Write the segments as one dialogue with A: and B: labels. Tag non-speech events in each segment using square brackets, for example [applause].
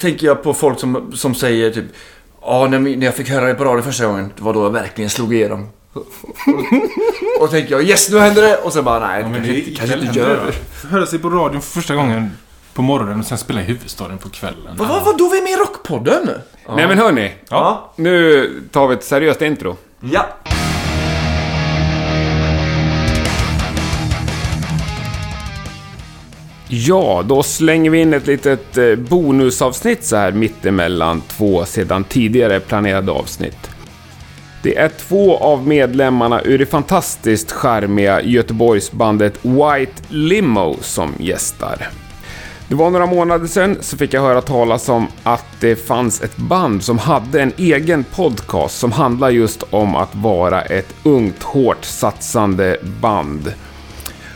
A: tänker jag på folk som, som säger typ Ja, när, min- när jag fick höra det på radio första gången, det var då jag verkligen slog igenom. [laughs] och tänker jag yes, nu händer det! Och sen bara nej, det kanske, inte- kanske inte gör det.
B: Hörde sig på radion för första gången på morgonen och sen spela i huvudstaden på kvällen.
A: Vad va, då vi är med i Rockpodden? Ja.
C: Nej men hörni.
A: Ja.
C: Nu tar vi ett seriöst intro.
A: Ja.
C: Ja, då slänger vi in ett litet eh, bonusavsnitt så här mittemellan två sedan tidigare planerade avsnitt. Det är två av medlemmarna ur det fantastiskt charmiga Göteborgsbandet White Limo som gästar. Det var några månader sedan så fick jag höra talas om att det fanns ett band som hade en egen podcast som handlar just om att vara ett ungt, hårt satsande band.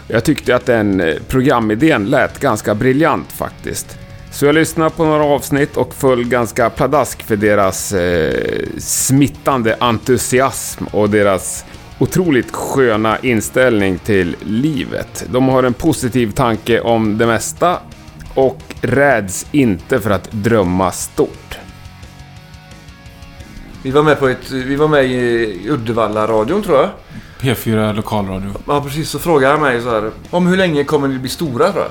C: Jag tyckte att den eh, programidén lät ganska briljant faktiskt. Så jag lyssnade på några avsnitt och föll ganska pladask för deras eh, smittande entusiasm och deras otroligt sköna inställning till livet. De har en positiv tanke om det mesta och räds inte för att drömma stort.
A: Vi var med på ett, vi var med i Uddevalla-radion tror jag.
B: P4 lokalradio.
A: Ja precis, så frågade han mig så här. Om hur länge kommer ni bli stora tror jag?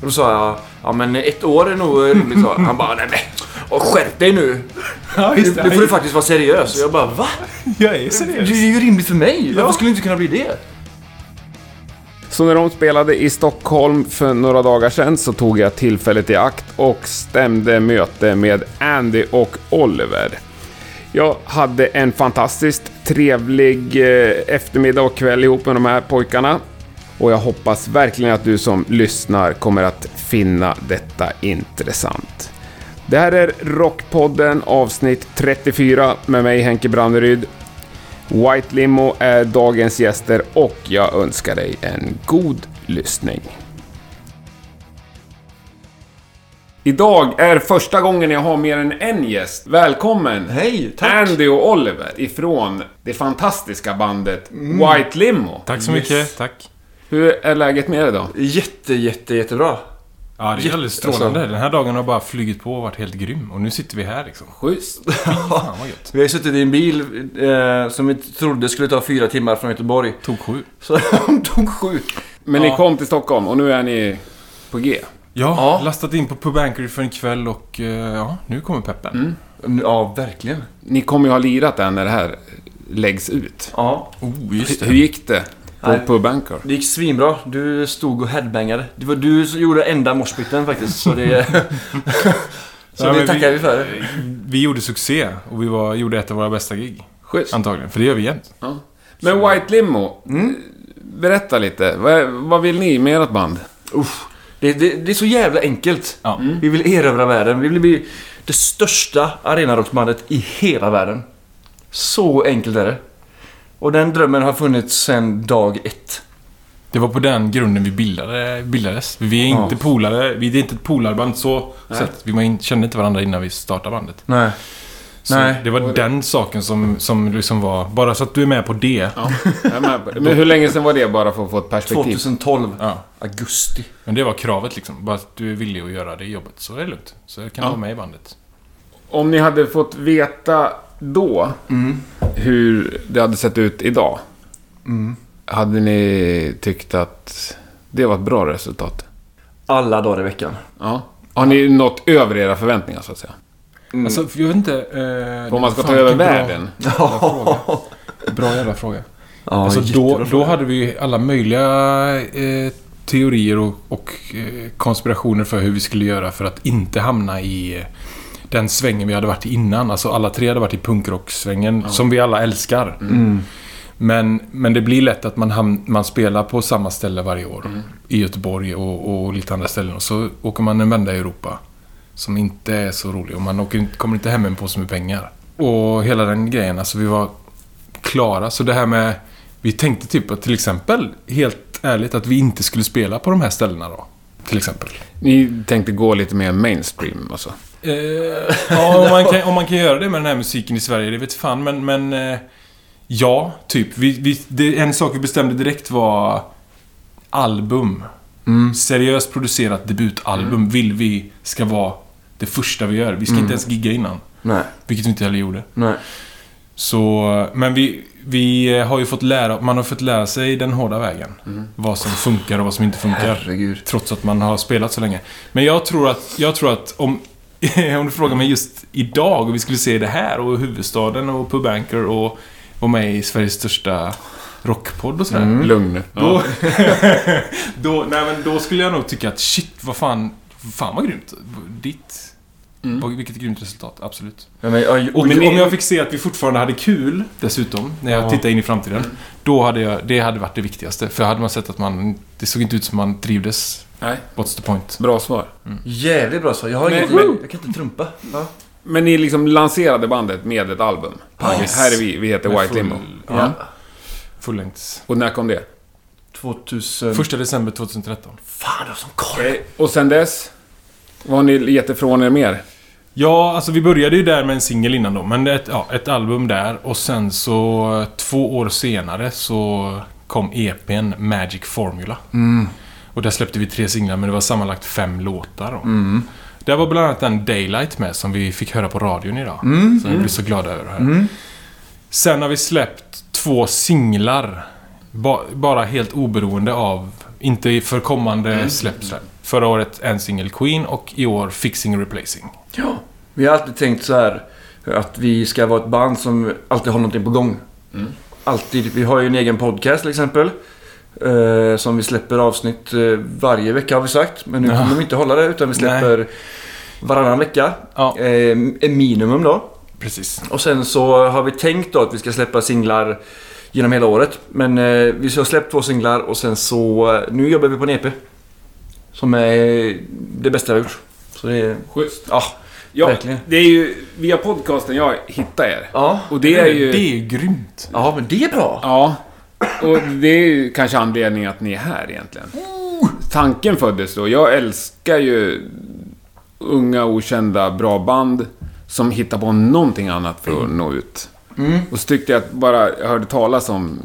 A: Och då sa jag, ja men ett år är nog rimligt sa jag. Han bara, nej men och skärp dig nu.
B: Ja,
A: Nu nu får du faktiskt vara seriös. Och jag bara, va?
B: Jag är
A: Det är ju rimligt för mig. Varför skulle det inte kunna bli det?
C: Så när de spelade i Stockholm för några dagar sedan så tog jag tillfället i akt och stämde möte med Andy och Oliver. Jag hade en fantastiskt trevlig eh, eftermiddag och kväll ihop med de här pojkarna. Och jag hoppas verkligen att du som lyssnar kommer att finna detta intressant. Det här är Rockpodden avsnitt 34 med mig Henke Branneryd White Limo är dagens gäster och jag önskar dig en god lyssning. Idag är första gången jag har mer än en gäst. Välkommen!
A: Hej, tack.
C: Andy och Oliver ifrån det fantastiska bandet White Limo.
B: Tack så mycket. Tack.
C: Hur är läget med er idag?
A: Jätte, jätte, jättebra.
B: Ja, det är
A: Jätte- alltså-
B: alldeles strålande. Den här dagen har bara flugit på och varit helt grym. Och nu sitter vi här liksom.
C: Schysst.
B: Fan vad gött.
A: Vi har ju suttit i en bil eh, som vi trodde skulle ta fyra timmar från Göteborg.
B: Tog sju.
A: Så [laughs] de tog sju.
C: Men ni kom till Stockholm och nu är ni på G.
B: Ja,
A: Ja.
B: lastat in på Pub Anchor för en kväll och eh, ja, nu kommer peppen.
A: Mm. Ja, verkligen.
C: Ni kommer ju ha lirat där när det här läggs ut.
A: Ja.
B: Oh, just
C: Hur gick det på
A: Nej.
C: Pub Anchor?
A: Det gick svinbra. Du stod och headbangade. Det var du som gjorde enda moshpiten faktiskt. Så det, så
B: Ja, men
A: det
B: vi-
A: tackar vi för.
B: Vi gjorde succé och vi var, gjorde ett av våra bästa gig.
C: Schysst.
B: Antagligen, för det gör vi jämt.
C: Ja. Men White Limo, berätta lite. Vad, vad vill ni med ert band?
A: Uff. Det, det, det är så jävla enkelt. Mm.
B: Ja.
A: Vi vill erövra världen. Vi vill bli det största arenarocksbandet i hela världen. Så enkelt är det. Och den drömmen har funnits sedan dag ett.
B: Det var på den grunden vi bildade, bildades. Vi är inte polare, vi är inte ett polarband så sett. Vi var in, kände inte varandra innan vi startade bandet.
A: Nej.
B: Så
A: Nej.
B: Det var den saken som, som liksom var... Bara så att du är med på det.
C: Ja, jag är med på det. Men hur länge sedan var det bara för att få ett perspektiv?
A: 2012.
B: Ja.
A: Augusti.
B: Men det var kravet liksom. Bara att du är villig att göra det jobbet så är det lugnt. Så kan du vara med i bandet.
C: Om ni hade fått veta då
B: Mm.
C: hur det hade sett ut idag.
B: Mm.
C: Hade ni tyckt att det var ett bra resultat?
A: Alla dagar i veckan.
C: Ja. Har ni nått över era förväntningar så att säga?
A: Mm.
B: Alltså, för jag vet inte... Eh,
C: Om man ska
B: fan,
C: ta över
B: vilken bra-
C: världen?
B: jävla
A: [laughs]
B: fråga. Bra jävla fråga.
A: Ja,
B: alltså då,
A: jättebra
B: då
A: fråga.
B: hade vi ju alla möjliga eh, teorier och, och eh, konspirationer för hur vi skulle göra för att inte hamna i eh, den svängen vi hade varit i innan. Alltså alla tre hade varit i punkrocksvängen som vi alla älskar. Men, men det blir lätt att man, ham- man spelar på samma ställe varje år. I Göteborg och, och lite andra ställen. Och så åker man en vända i Europa. Som inte är så rolig. Och man åker, inte- kommer inte hem med en påse med pengar. Och hela den grejen. Alltså vi var klara. Så det här med... Vi tänkte typ att till exempel, helt ärligt, att vi inte skulle spela på de här ställena då. Till exempel.
C: Ni tänkte gå lite mer mainstream alltså?
B: Eh, [laughs] ja, om man, kan, om man kan göra det med den här musiken i Sverige, det vet fan. Men, men eh, ja, typ. Vi, vi, det, en sak vi bestämde direkt var Mm. album. Seriöst producerat debutalbum vill vi ska vara det första vi gör. Vi ska inte ens gigga innan.
A: Nej,
B: Vilket vi inte heller gjorde.
A: nej.
B: Så, men vi, vi har ju fått lära, man har fått lära sig den hårda vägen. Vad som funkar och vad som inte funkar.
A: Herregud.
B: Trots att man har spelat så länge. Men jag tror att, jag tror att om, [laughs] om du frågar mig just idag och vi skulle se det här och huvudstaden och Pub Anchor och vara med i Sveriges största rockpodd och sådär.
C: Lugn.
B: Mm. Då, [laughs] då, nej, men då skulle jag nog tycka att shit, vad fan, fan vad grymt. Ditt. Vad- Vilket grymt resultat, absolut.
A: Ja, men, ja,
B: Och
A: men,
B: om jag fick se att vi fortfarande hade kul dessutom, när jag
A: Ja.
B: tittar in i framtiden. Då hade jag, det hade varit det viktigaste. För hade man sett att man, det såg inte ut som man trivdes.
C: Nej.
B: What's the point?
C: Bra svar.
A: Jävligt bra svar. Jag har
C: Men-
A: inget...
C: men-
A: Jag kan inte trumpa. Ja.
C: Men ni liksom lanserade bandet med ett album.
B: Ja.
C: Yes. Här är vi, vi heter
B: Med
C: White
B: full-
C: Limo.
B: Ja. Fullängds.
C: Och när kom det?
A: 2000...
B: Första december 2013.
A: Fan, du har sån koll.
C: Eh, Och sen dess? Vad har ni gett ifrån er mer?
B: Ja, alltså vi började ju där med en singel innan då, men ett, ja, ett album där och sen så eh, två år senare så kom EPn Magic Formula. Och där släppte vi tre singlar, men det var sammanlagt fem låtar då. Där var bland annat den Daylight med som vi fick höra på radion idag. Som vi blev så glada över. Här. Sen har vi släppt två singlar. Ba bara helt oberoende av... Inte för kommande släpp, släpp. Förra året en singel Queen och i år Fixing Replacing.
A: Ja. Vi har alltid tänkt så här att vi ska vara ett band som alltid har någonting på gång.
B: Mm.
A: Alltid. Vi har ju en egen podcast till exempel. Eh, som vi släpper avsnitt eh, varje vecka har vi sagt. Men nu
B: Ja.
A: kommer vi inte hålla det utan vi släpper varannan vecka.
B: Ja.
A: Eh, en minimum då.
B: Precis.
A: Och sen så har vi tänkt då att vi ska släppa singlar genom hela året. Men eh, vi har släppt två singlar och sen så... Eh, nu jobbar vi på en EP. Som är det bästa jag har gjort. Så det är...
C: Schysst.
A: Ja,
C: Ja,
A: Verkligen.
C: det är ju via podcasten jag hittar er.
A: Ja.
C: Och det är ju...
B: Det är ju grymt.
A: Ja, men det är bra.
C: Ja. Och det är ju kanske anledningen att ni är här egentligen. Tanken föddes då. Jag älskar ju unga, okända, bra band som hittar på någonting annat för att nå ut.
A: Mm.
C: Och så tyckte jag att bara jag hörde talas om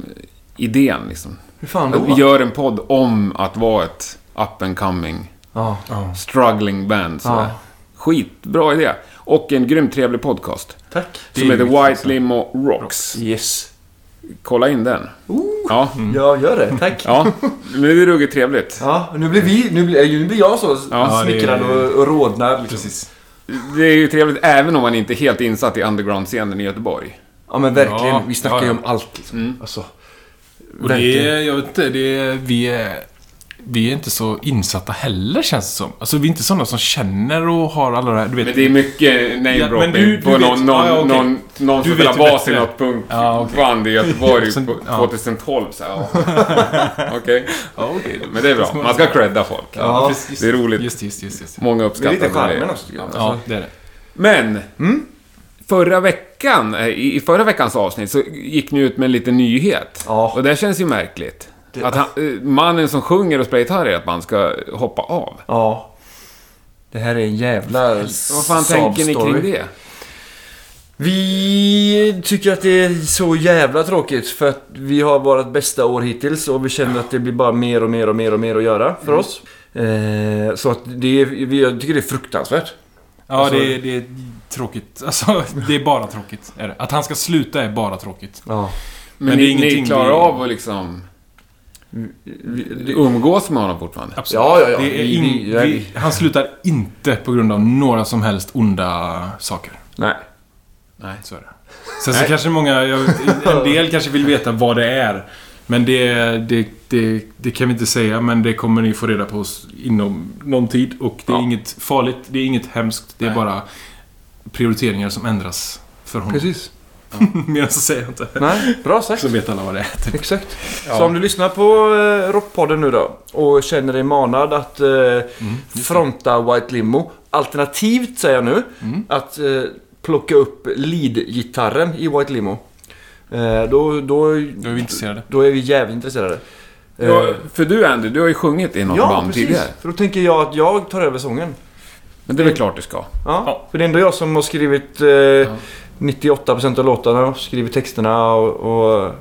C: idén liksom.
A: Hur fan
C: Att
A: då?
C: vi gör en podd om att vara ett up and coming,
A: Ja.
C: struggling band. sådär.
A: Ja.
C: Skitbra idé. Och en grymt trevlig podcast.
A: Tack.
B: Det
C: Som
B: är
C: heter
B: mitt
C: White
B: också.
C: Limo Rocks.
A: Yes.
C: Kolla in den. Ja.
B: Mm.
A: Jag gör det. Tack. Ja.
B: [laughs]
C: Ja, men det är ruggigt trevligt.
A: nu blir vi... Nu blir, nu blir jag så
C: Ja,
B: det är-
A: smickrad och, och rodnad. Liksom.
B: Precis.
C: Det är ju trevligt även om man inte är helt insatt i underground-scenen i Göteborg.
A: Ja, men verkligen.
B: Ja,
A: vi snackar
B: ja,
A: ju
B: ja.
A: om allt. Liksom. Alltså,
B: Och det är, jag vet inte, det är, vi är... Vi är inte så insatta heller känns det som. Alltså vi är inte sådana som känner och har alla det här, du vet.
C: Men det är mycket
B: Ja, men du-
C: name-dropping
B: du
C: på
B: vet-
C: någon, någon,
B: ja, ja, okej.
C: någon, någon
B: Du
C: som
B: vet
C: spelar
B: ju
C: bas i
B: bättre.
C: något
B: Ja, okej.
C: punkband
B: [laughs]
C: i Göteborg
B: Sen-
C: på
B: ja.
C: 2012. Så här, ja.
B: [laughs]
C: Okej.
B: Ja, okej.
C: Men det är bra. Man ska credda folk.
A: Ja,
B: precis.
C: det är roligt. alltså-
B: Just, just, just. just.
C: Många
A: det är
C: uppskattar
A: lite charmen
C: det.
A: också, tycker jag.
B: Ja, det är det.
C: Men!
A: Mm?
C: Förra veckan, eh, i i förra veckans avsnitt, så gick ni ut med en liten nyhet.
A: Ja.
C: Och det känns ju märkligt.
A: Det-
C: Att han, eh, mannen som sjunger och spelar gitarr i ert band ska hoppa av.
A: Ja. Det här är en jävla
C: Vad fan tänker ni
A: Saab-story.
C: kring det?
A: Vi tycker att det är så jävla tråkigt för att vi har vårt bästa år hittills och vi känner att det blir bara mer och mer och mer och mer att göra för
C: Mm.
A: oss. Eh, så att det är, vi, jag tycker det är fruktansvärt.
B: Ja,
A: Alltså-
B: det, är, det är tråkigt. Alltså, [laughs] det är bara tråkigt. Är det. Att han ska sluta är bara tråkigt.
A: Ja.
C: Men,
B: Men det är
C: ni, ni
B: ingenting
C: klarar
B: vi-
C: av att liksom
A: Vi, det,
C: umgås med honom fortfarande?
B: Absolut.
A: Ja, ja, ja.
B: Det är
A: Vi-
B: in,
A: vi-
B: vi, han slutar inte på grund av några som helst onda saker.
A: nej.
C: Nej.
B: Så är det. Sen så kanske många, jag, en del kanske vill veta vad det är. Men det, det, det, det kan vi inte säga, men det kommer ni få reda på oss inom någon tid. Och det är
C: Ja.
B: inget farligt, det är inget hemskt. Det är
C: Nej.
B: bara prioriteringar som ändras för honom.
A: Precis.
B: [laughs] Mer så säger jag inte.
A: Nej, bra sagt.
B: Så vet alla vad det är. Typ.
A: Exakt. Så om du lyssnar på eh, Rockpodden nu då och känner dig manad att eh,
C: Mm,
A: fronta White Limo. Alternativt säger jag nu
C: Mm.
A: att eh, plocka upp lead-gitarren i White Limo. Eh, då, då,
B: Då är vi intresserade.
A: då är vi jävligt intresserade. Eh,
C: Ja, för du Andy, du har ju sjungit i något
A: ja,
C: band
A: precis.
C: tidigare.
A: För då tänker jag att jag tar över sången.
C: Men det är väl klart du ska.
A: Ja,
B: Ja.
A: För det är ändå jag som har skrivit eh, 98% av låtarna och skrivit texterna och, och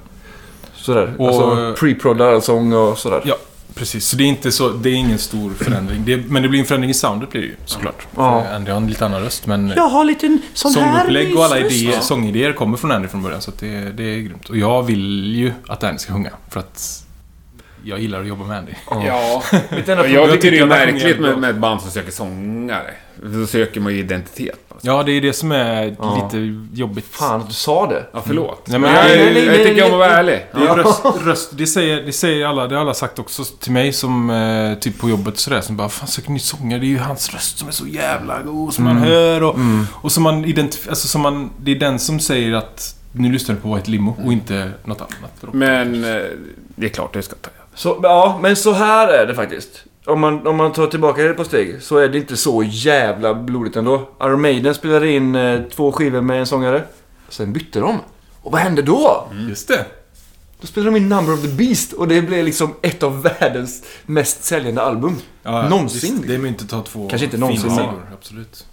A: sådär.
B: Och-
C: eh,
A: alltså pre-proddar sång och sådär.
B: Ja, Precis, så det är inte så... Det är ingen stor förändring. Det, men det blir en förändring i soundet blir det ju såklart.
A: Ja.
B: För Andy har en lite annan röst men...
A: Jag har en liten sån här
B: Sångupplägg och alla
A: mysröst.
B: idéer,
A: Ja.
B: sångidéer kommer från Andy från början så att det, det är grymt. Och jag vill ju att Andy ska sjunga för att jag gillar att jobba med Andy.
C: Ja.
A: Mitt enda problem-
C: Jag tycker det är
B: jag verkligen
C: märkligt
B: bra.
C: med, med ett band som söker sångare. Då söker man ju identitet. Alltså.
B: Ja, det är det som är
A: Ja.
B: lite jobbigt.
A: Fan att du sa det.
C: Ja, förlåt.
B: Nej, men
C: jag,
B: nej,
A: nej,
C: jag
A: nej,
C: tycker om att vara
A: nej.
C: ärlig.
B: Det, är röst, röst, det, säger, det säger alla, det har alla sagt också till mig som eh, typ på jobbet sådär. Som bara, fan söker ni sångare? Det är ju hans röst som är så jävla god som
A: Mm.
B: man hör och, och som man identifierar, alltså som man, det är den som säger att nu lyssnar du på White Limo och inte något annat.
C: Men eh, det är klart det ska ta.
A: Så, ja, men så här är det faktiskt. Om man, om man tar tillbaka det på steg så är det inte så jävla blodigt ändå. Iron Maiden spelade in eh, två skivor med en sångare. Sen bytte de. Och vad hände då?
B: Just det.
A: Då spelade de in Number of the Beast och det blev liksom ett av världens mest säljande album.
B: Ja,
A: någonsin.
B: Visst, det är inte att ta två
A: Kanske inte någonsin,
B: fina
A: men-
B: sidor, absolut.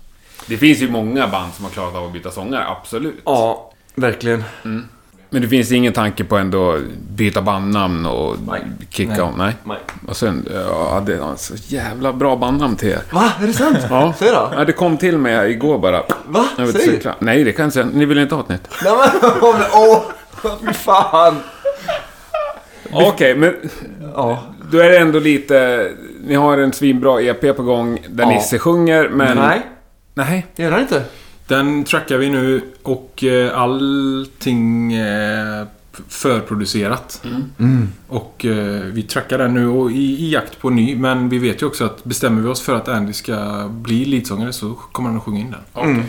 C: Det finns ju många band som har klarat av att byta sångare, absolut.
A: Ja, verkligen.
C: Men det finns ingen tanke på ändå byta bandnamn och
A: Nej.
C: kicka
B: Nej.
C: om? Nej.
A: Nej.
C: Och sen, jag hade han så jävla bra bandnamn till er.
A: Va? Är det sant?
C: Ja.
A: Säg då.
C: Ja, det kom till mig här igår bara.
A: Va?
C: Jag vet,
A: Säg.
C: cykla. Nej, det kan jag inte säga. Ni vill inte ha ett nytt?
A: Nej men [laughs] åh, fy fan.
C: Okej, men
A: Ja.
C: då är det ändå lite... Ni har en svinbra EP på gång där
A: Ja.
C: Nisse sjunger, men...
A: Nej,
C: Nej.
A: det gör han inte.
B: Den trackar vi nu och eh, allting eh, f- förproducerat.
A: Mm.
B: Och eh, vi trackar den nu och i, i jakt på ny. Men vi vet ju också att bestämmer vi oss för att Andy ska bli leadsångare så kommer han att sjunga in den.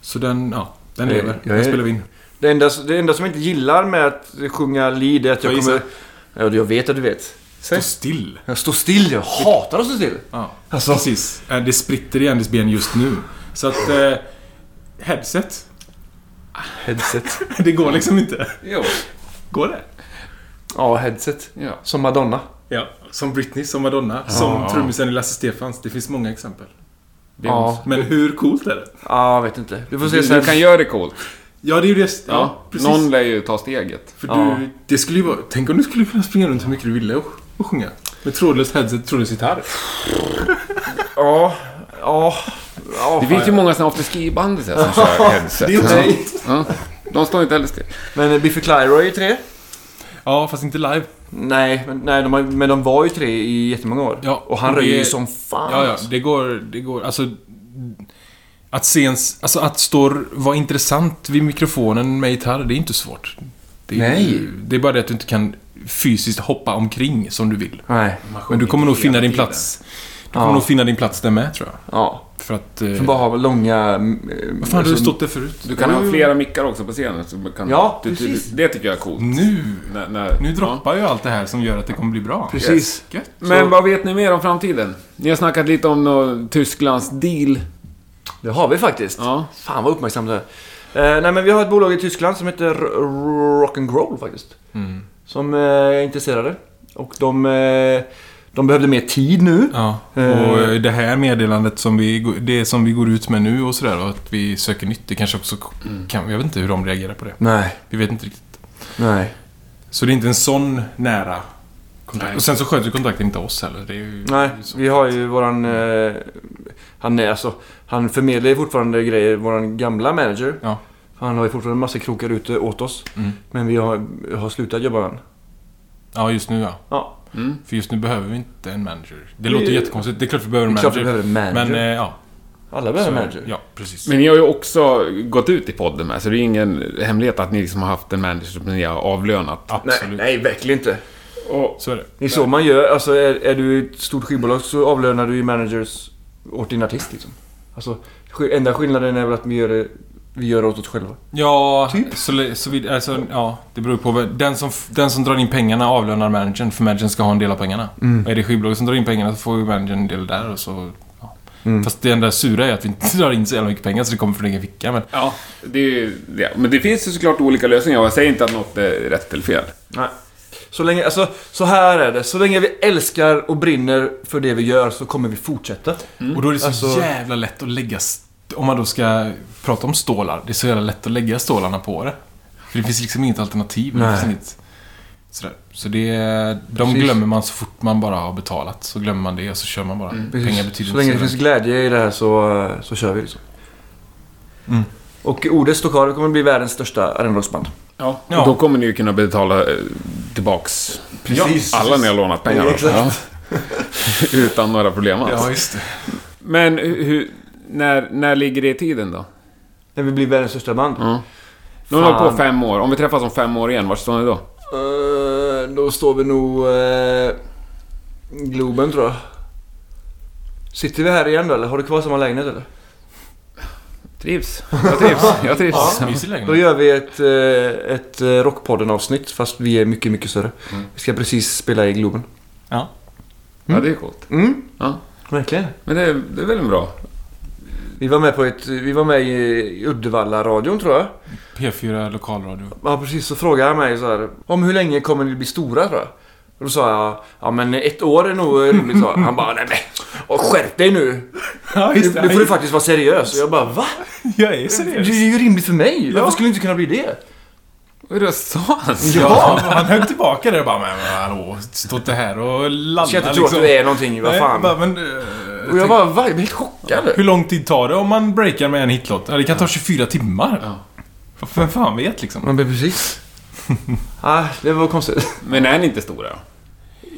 B: Så den, ja, den
A: Jag-
B: lever.
A: jag
B: Den
A: är-
B: spelar vi in.
A: Det enda, det enda som jag inte gillar med att sjunga lead är att jag,
B: Jag
A: kommer... Ja, jag vet att du vet.
B: Stå still.
A: Jag står still, jag hatar att stå still.
B: Ja,
A: Alltså.
B: precis. Eh, Det spritter i Andys ben just nu. Så att... Eh, headset. [laughs]
A: [laughs] Headset.
B: Det går liksom inte.
C: Jo.
B: Går det?
A: Ja, headset.
C: Ja.
A: Som Madonna.
B: Ja, som Britney, som Madonna, som trummisen i Lasse Stefans Det finns många exempel.
A: Ja.
B: Men hur coolt är det?
A: Ja, jag vet inte. Du får se
C: Du,
A: sen.
C: du kan göra det coolt.
B: Ja, det är ju det. Ja,
C: Ja,
B: precis.
C: Någon lär ju ta steget.
B: För
A: Ja.
B: du, det skulle ju vara... Tänk om du skulle kunna springa runt hur mycket du ville och, och sjunga. Med trådlöst headset, trådlös gitarr.
A: Ja. Ja. ja.
C: Det finns ju många såna afterski-band som kör headset.
B: Det är inte
C: ja. ja. De står inte heller still.
A: Men eh, Biffy Clyro är ju tre.
B: Ja, fast inte live.
A: Nej, men, nej de har, men de var ju tre i jättemånga år.
B: Ja,
A: och han
B: och
A: röjer ju
B: det-
A: som fan.
B: Ja, ja.
A: alltså.
B: Det går... Det går alltså... Att se ens, Alltså att stå... Vara intressant vid mikrofonen med gitarr, det är inte svårt. Det är,
A: Nej.
B: Det är bara det att du inte kan fysiskt hoppa omkring som du vill.
A: Nej.
B: Men du kommer nog finna din
C: tiden.
B: plats. Du
A: Ja.
B: kommer nog finna din plats där med, tror jag.
A: Ja.
B: För att... Eh,
A: För bara ha långa... eh,
B: vad fan, du har ju
A: alltså-
B: stått där förut.
C: Du kan ha flera mickar också på scenen. Så man kan,
A: Ja,
C: du, du,
A: precis.
C: det tycker jag är coolt.
B: Nu!
C: När, när,
B: Nu droppar ju allt det här som gör att det kommer bli bra.
A: Precis.
B: Gött.
C: Men vad vet ni mer om framtiden? Ni har snackat lite om nå- Tysklands deal.
A: Det har vi faktiskt.
C: Ja.
A: Fan vad uppmärksam du är. Eh, nej men vi har ett bolag i Tyskland som heter Rock'n'Groll faktiskt.
B: Mm.
A: Som eh, är intresserade. Och de, eh, de behövde mer tid nu.
B: Ja, och
A: Eh.
B: eh, det här meddelandet som vi, går- det som vi går ut med nu och sådär och att vi söker nytt, det kanske också kan... Jag vet inte hur de reagerar på det.
A: Nej,
B: Vi vet inte riktigt.
A: nej.
B: Så det är inte en sån nära kontakt. Och sen så sköter ju kontakten inte oss heller. Det är ju,
A: Nej,
B: det är ju så.
A: vi har ju våran... Eh, han är alltså... Han förmedlar ju fortfarande grejer, våran gamla manager.
B: Ja.
A: Han har ju fortfarande massa krokar ute åt oss.
B: Mm.
A: Men vi har, har slutat jobba med honom.
B: ja, just nu ja.
A: Ja,
C: Mm.
B: För just nu behöver vi inte en manager.
A: Vi-
B: Det låter jättekonstigt. Det är klart vi behöver en
A: det är klart vi
B: manager.
A: behöver en manager.
B: Men eh, ja.
A: Alla behöver en
B: Så-
A: manager.
B: Ja, precis.
C: Men ni har ju också gått ut i podden med, så det är ingen hemlighet att ni liksom har haft en manager som ni har avlönat.
A: Nej,
B: Absolut.
A: nej, verkligen inte.
C: Och,
B: Så är det.
A: Det är så man gör. Alltså är, är du ett stort skivbolag så avlönar du ju managers åt din artist liksom. Alltså, sk- enda skillnaden är väl att vi gör det, vi gör det åt oss själva.
B: Ja,
A: Typ.
B: så, li- så vid, alltså, ja, det beror på. vad- Den som, f- den som drar in pengarna avlönar managern för managern ska ha en del av pengarna.
A: Mm.
B: Och är det skivbolaget som drar in pengarna så får ju managern en del där och så... Ja.
A: Mm.
B: Fast det enda sura är att vi inte [laughs] drar in så jävla mycket pengar så det kommer från egen ficka. Men
C: ja, det är, ju- ja, men det finns ju såklart olika lösningar och jag säger inte att något är rätt eller fel.
A: Nej. Så länge, alltså så här är det. Så länge vi älskar och brinner för det vi gör så kommer vi fortsätta.
B: Och då är det så
A: Alltså-
B: jävla lätt att lägga... st- Om man då ska prata om stålar. Det är så jävla lätt att lägga stålarna på det. För det finns liksom inget alternativ. Det
A: Nej.
B: finns inget... Sådär. Så det, de
A: Precis.
B: glömmer man så fort man bara har betalat. Så glömmer man det och så kör man bara. Pengar betyder
A: Mm, så länge det
B: inte
A: finns
B: så
A: glädje i det här så, eh, så kör vi. Liksom.
B: Mm.
A: Och Odes Stockade kommer bli världens största arrendagsband.
C: Ja.
B: Ja.
C: Och då kommer ni ju kunna betala eh, tillbaks
A: Precis.
C: alla ni har lånat pengar av.
A: Exakt.
C: Ja. [laughs] Utan några problem alls.
B: Ja, just det.
C: Men hur, när, när ligger det i tiden då?
A: När vi blir världens största band.
C: Mm. Nu har vi
A: Fan.
C: hållit på fem år. Om vi träffas om fem år igen, var står ni då?
A: Eh, då står vi nog... eh, Globen tror jag. Sitter vi här igen då eller? Har du kvar samma lägenhet eller?
C: Trivs. Jag trivs. Jag trivs.
B: Ja, mysig
A: Då
B: lägenhet.
A: gör vi ett, eh, ett eh, Rockpodden avsnitt fast vi är mycket, mycket större. Vi ska precis spela i Globen.
B: Ja.
C: Ja, det är coolt.
A: Mm,
C: Ja.
A: verkligen.
C: Men det är, det är väl en bra...
A: Vi var med på ett... Vi var med i Uddevalla-radion tror jag.
B: P4 lokalradio.
A: Ja precis, så frågade han mig så här. Om hur länge kommer ni bli stora tror jag? Och då sa jag, ja men ett år är nog rimligt sa han. Han bara, nej men och skärp dig nu.
B: [laughs] Ja,
A: Nu nu får du faktiskt vara seriös. Och jag bara, va?
B: Jag är
A: Det är ju rimligt för mig. Varför skulle det inte kunna bli det?
C: Vad är det jag sa alltså?
B: Ja, han höll tillbaka det och bara, men hallå, stå inte här och ladda
A: Jag ska inte tro att du är någonting, vad
B: liksom. Nej,
A: fan.
B: bara, men, eh,
A: Och jag bara, va? Jag blev helt chockad.
B: Hur lång tid tar det om man breakar med en hitlåt? Ja, det kan ta 24 timmar.
C: Ja.
B: F- Vem fan vet liksom?
A: Man blev
B: [laughs]
A: precis... ah, det var konstigt.
C: Men är ni inte stora då?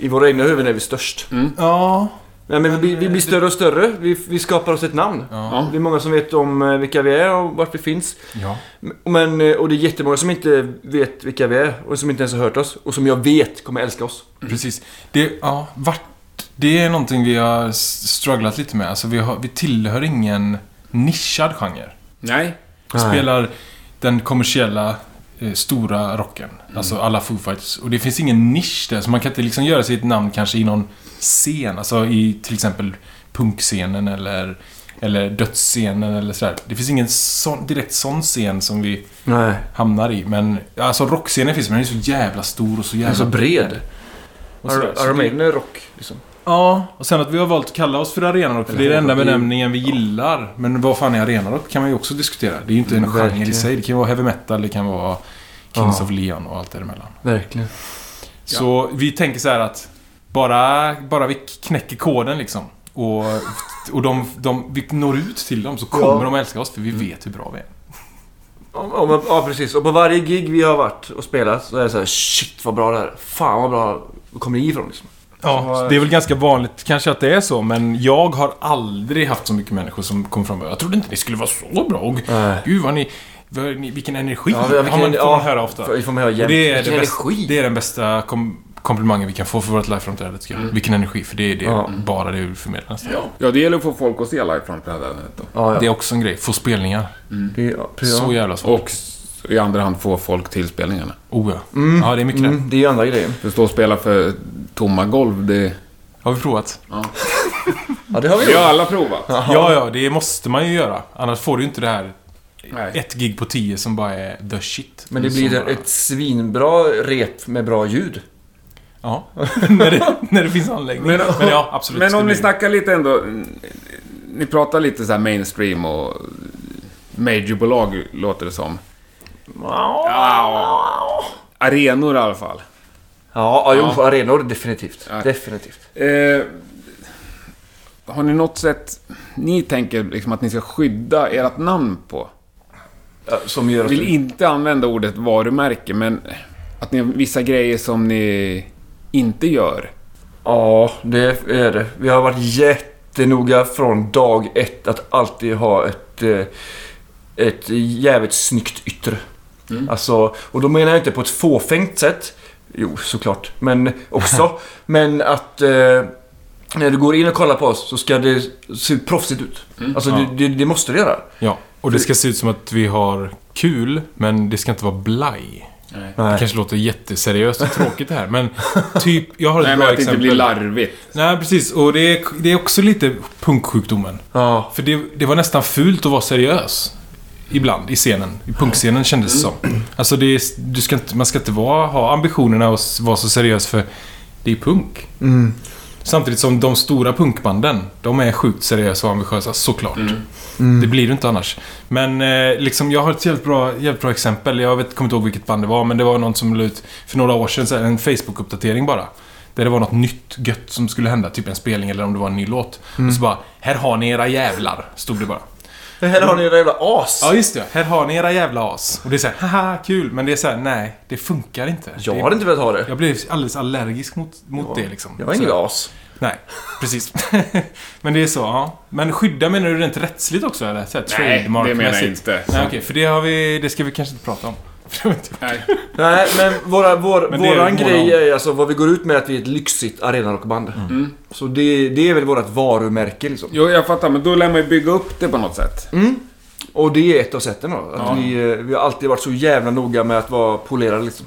A: I våra egna huvuden är vi störst.
B: Mm. Ja.
A: Nej, men vi, blir- vi blir större och större. Vi, vi skapar oss ett namn.
B: Ja.
A: Det är många som vet om eh, vilka vi är och vart vi finns.
B: Ja.
A: Men, eh, och det är jättemånga som inte vet vilka vi är och som inte ens har hört oss och som jag vet kommer älska oss.
B: Precis. Det, ja, vart, det är någonting vi har s- strugglat lite med. Alltså, vi, har, vi tillhör ingen nischad genre.
C: Nej.
B: Vi
A: Nej.
B: spelar den kommersiella eh, stora rocken.
A: Mm.
B: Alltså alla Foo Fighters. Och det finns ingen nisch där. Så man kan inte liksom göra sig ett namn kanske i någon scen. Alltså i till exempel punkscenen eller, eller dödsscenen eller sådär. Det finns ingen sån, direkt sån scen som vi
A: Nej.
B: hamnar i. Men alltså rockscenen finns, men den är så jävla stor och så
A: Den är
B: jävla
A: så bred.
B: Och sådär. Så
A: Iron
B: det-
A: Maiden är rock liksom.
B: Ja, och sen att vi har valt att kalla oss för arenarock, för det är den enda benämningen vi gillar. Men vad fan är arenarock kan man ju också diskutera. Det är ju inte en
A: Mm,
B: genre i
A: verkligen.
B: sig. Det kan ju vara heavy metal, det kan vara Kings
A: Ja.
B: of Leon och allt däremellan.
A: Verkligen.
B: Så vi tänker så här att bara, bara vi knäcker koden liksom. Och, och de, de, vi når ut till dem så kommer
A: Ja.
B: de älska oss för vi vet hur bra vi är.
A: Ja, precis. Och på varje gig vi har varit och spelat så är det så här shit vad bra det här är. Fan vad bra. Var kommer ni ifrån liksom?
B: Ja, så det är väl ganska vanligt kanske att det är så, men jag har aldrig haft så mycket människor som kom fram och bara, Jag trodde inte ni skulle vara så bra. Och,
A: Nej.
B: Gud vad ni, vad ni... Vilken energi!
A: Ja,
B: har
A: vilken-
B: man, får man
A: ja,
B: höra ofta.
A: För- Vi får med höra
B: Och
A: jämt.
B: det, är
A: Vilken
B: det, bästa,
A: energi.
B: det är den bästa kom, komplimangen vi kan få för vårt liveframträdande tycker jag. Vilken energi, för det är det,
A: Mm. Ja.
B: bara det vi förmedlar nästan.
C: Ja, det gäller att få folk att se live från planet då.
A: Ja, ja.
B: Det är också en grej. Få spelningar.
A: Det är- ja, precis.
B: Så jävla svårt.
C: Och s- i andra hand få folk till spelningarna.
B: Oh ja. Ja, det är mycket det.
A: Mm, det är ju andra grejen.
C: För stå och spela för tomma golv, det...
B: Har vi provat?
A: Ja, det har vi
C: Det
A: gjort.
C: har alla provat.
B: Ja, ja, det måste man ju göra. Annars får du ju inte det här
C: Nej.
B: ett gig på tio som bara är the shit.
A: Men det
B: Som
A: blir ett,
B: bara-
A: ett svinbra rep med bra ljud.
B: Ja, [laughs] när, det, när det finns anläggning. Men,
C: Men-
B: ja, absolut.
C: Men
B: det
C: om ni
B: blir-
C: snackar lite ändå... Ni pratar lite så här mainstream och majorbolag låter det som. Ja. Arenor i alla fall.
A: Ja, ja, jo, på arenor definitivt.
C: Ja.
A: Definitivt.
C: Eh, har ni något sätt ni tänker liksom att ni ska skydda ert namn på?
A: Ja, som gör
C: Jag
A: oss...
C: vill inte använda ordet varumärke, men att ni har vissa grejer som ni inte gör.
A: Ja, det är det. Vi har varit jättenoga från dag ett att alltid ha ett, eh, ett jävligt snyggt yttre. Alltså, och då menar jag inte på ett fåfängt sätt. Jo, såklart. Men [laughs] också. men att eh, när du går in och kollar på oss så ska det se proffsigt ut. Alltså,
B: Ja.
A: det, det, det måste det göra.
B: Ja, och det ska se ut som att vi har kul, men det ska inte vara blaj. Det kanske låter jätteseriöst och tråkigt det här, men typ... Jag har ett
C: [laughs] Nej,
B: bra
C: men att det inte
B: exempel.
C: blir larvigt.
B: Nej, precis. Och det är, det är också lite punksjukdomen.
A: Ja.
B: För det, det var nästan fult att vara seriös. Ibland i scenen. I punkscenen kändes det som. Alltså det är, du ska inte, man ska inte vara, ha ambitionerna att s- vara så seriös för det är punk. Samtidigt som de stora punkbanden, de är sjukt seriösa och ambitiösa, såklart.
A: Mm.
B: Det blir det inte annars. Men eh, liksom, jag har ett jävligt bra, jävligt bra exempel. Jag vet, kommer inte ihåg vilket band det var, men det var någon som la ut för några år sedan så här, en Facebook-uppdatering bara. Där det var något nytt gött som skulle hända, typ en spelning eller om det var en ny låt. Och så bara, här har ni era jävlar, stod det bara.
A: Här har ni era jävla as.
B: Ja, just det. Här har ni era jävla as. Och det är såhär, haha, kul. Men det är såhär, nej, det funkar inte.
A: Jag
B: det,
A: hade inte velat ha det.
B: jag blev alldeles allergisk mot, mot det liksom.
A: Jag var
B: Så-
A: inget as.
B: Nej, precis. [laughs] men det är så, ja. Men skydda menar du rent rättsligt också eller? Så här,
C: Nej, det menar jag
B: trademarkmässigt.
C: inte.
B: Nej, okej, för det har vi... Det ska vi kanske inte prata om. [laughs]
C: Nej.
A: Nej, men, våra, vår,
B: Men det är
A: våran
B: våra-
A: grej är alltså vad vi går ut med är att vi är ett lyxigt arenarockband.
B: Mm.
A: Så det, det är väl vårt varumärke liksom.
C: Jo, jag fattar, men då lär man ju bygga upp det på något sätt.
B: Mm.
A: Och det är ett av sätten då. Att vi, eh, vi har alltid varit så jävla noga med att vara polerade liksom.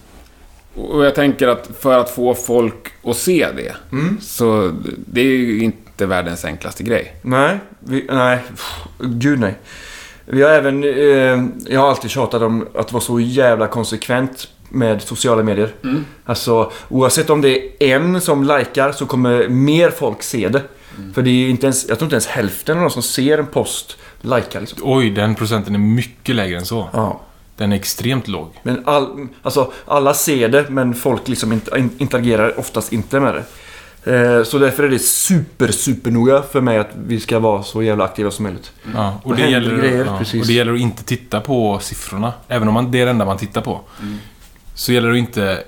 C: Och jag tänker att för att få folk att se det,
B: Mm.
C: så det är ju inte världens enklaste grej.
A: Nej, vi, nej. Pff, Gud nej. Vi har även, eh, jag har alltid tjatat om att vara så jävla konsekvent med sociala medier. Alltså oavsett om det är en som likar så kommer mer folk se det. För det är ju inte ens, jag tror inte ens hälften av de som ser en post likar liksom.
B: Oj, den procenten är mycket lägre än så.
A: Ja.
B: Den är extremt låg.
A: Men all, alltså, alla ser det men folk liksom inte- in- interagerar oftast inte med det. Eh, Så därför är det super, super noga för mig att vi ska vara så jävla aktiva som möjligt.
B: Ja, och,
A: Det
B: det
A: händer
B: gäller,
A: grejer,
B: ja,
A: precis.
B: och det gäller att inte titta på siffrorna. Även om man, det är det enda man tittar på. Så gäller det att inte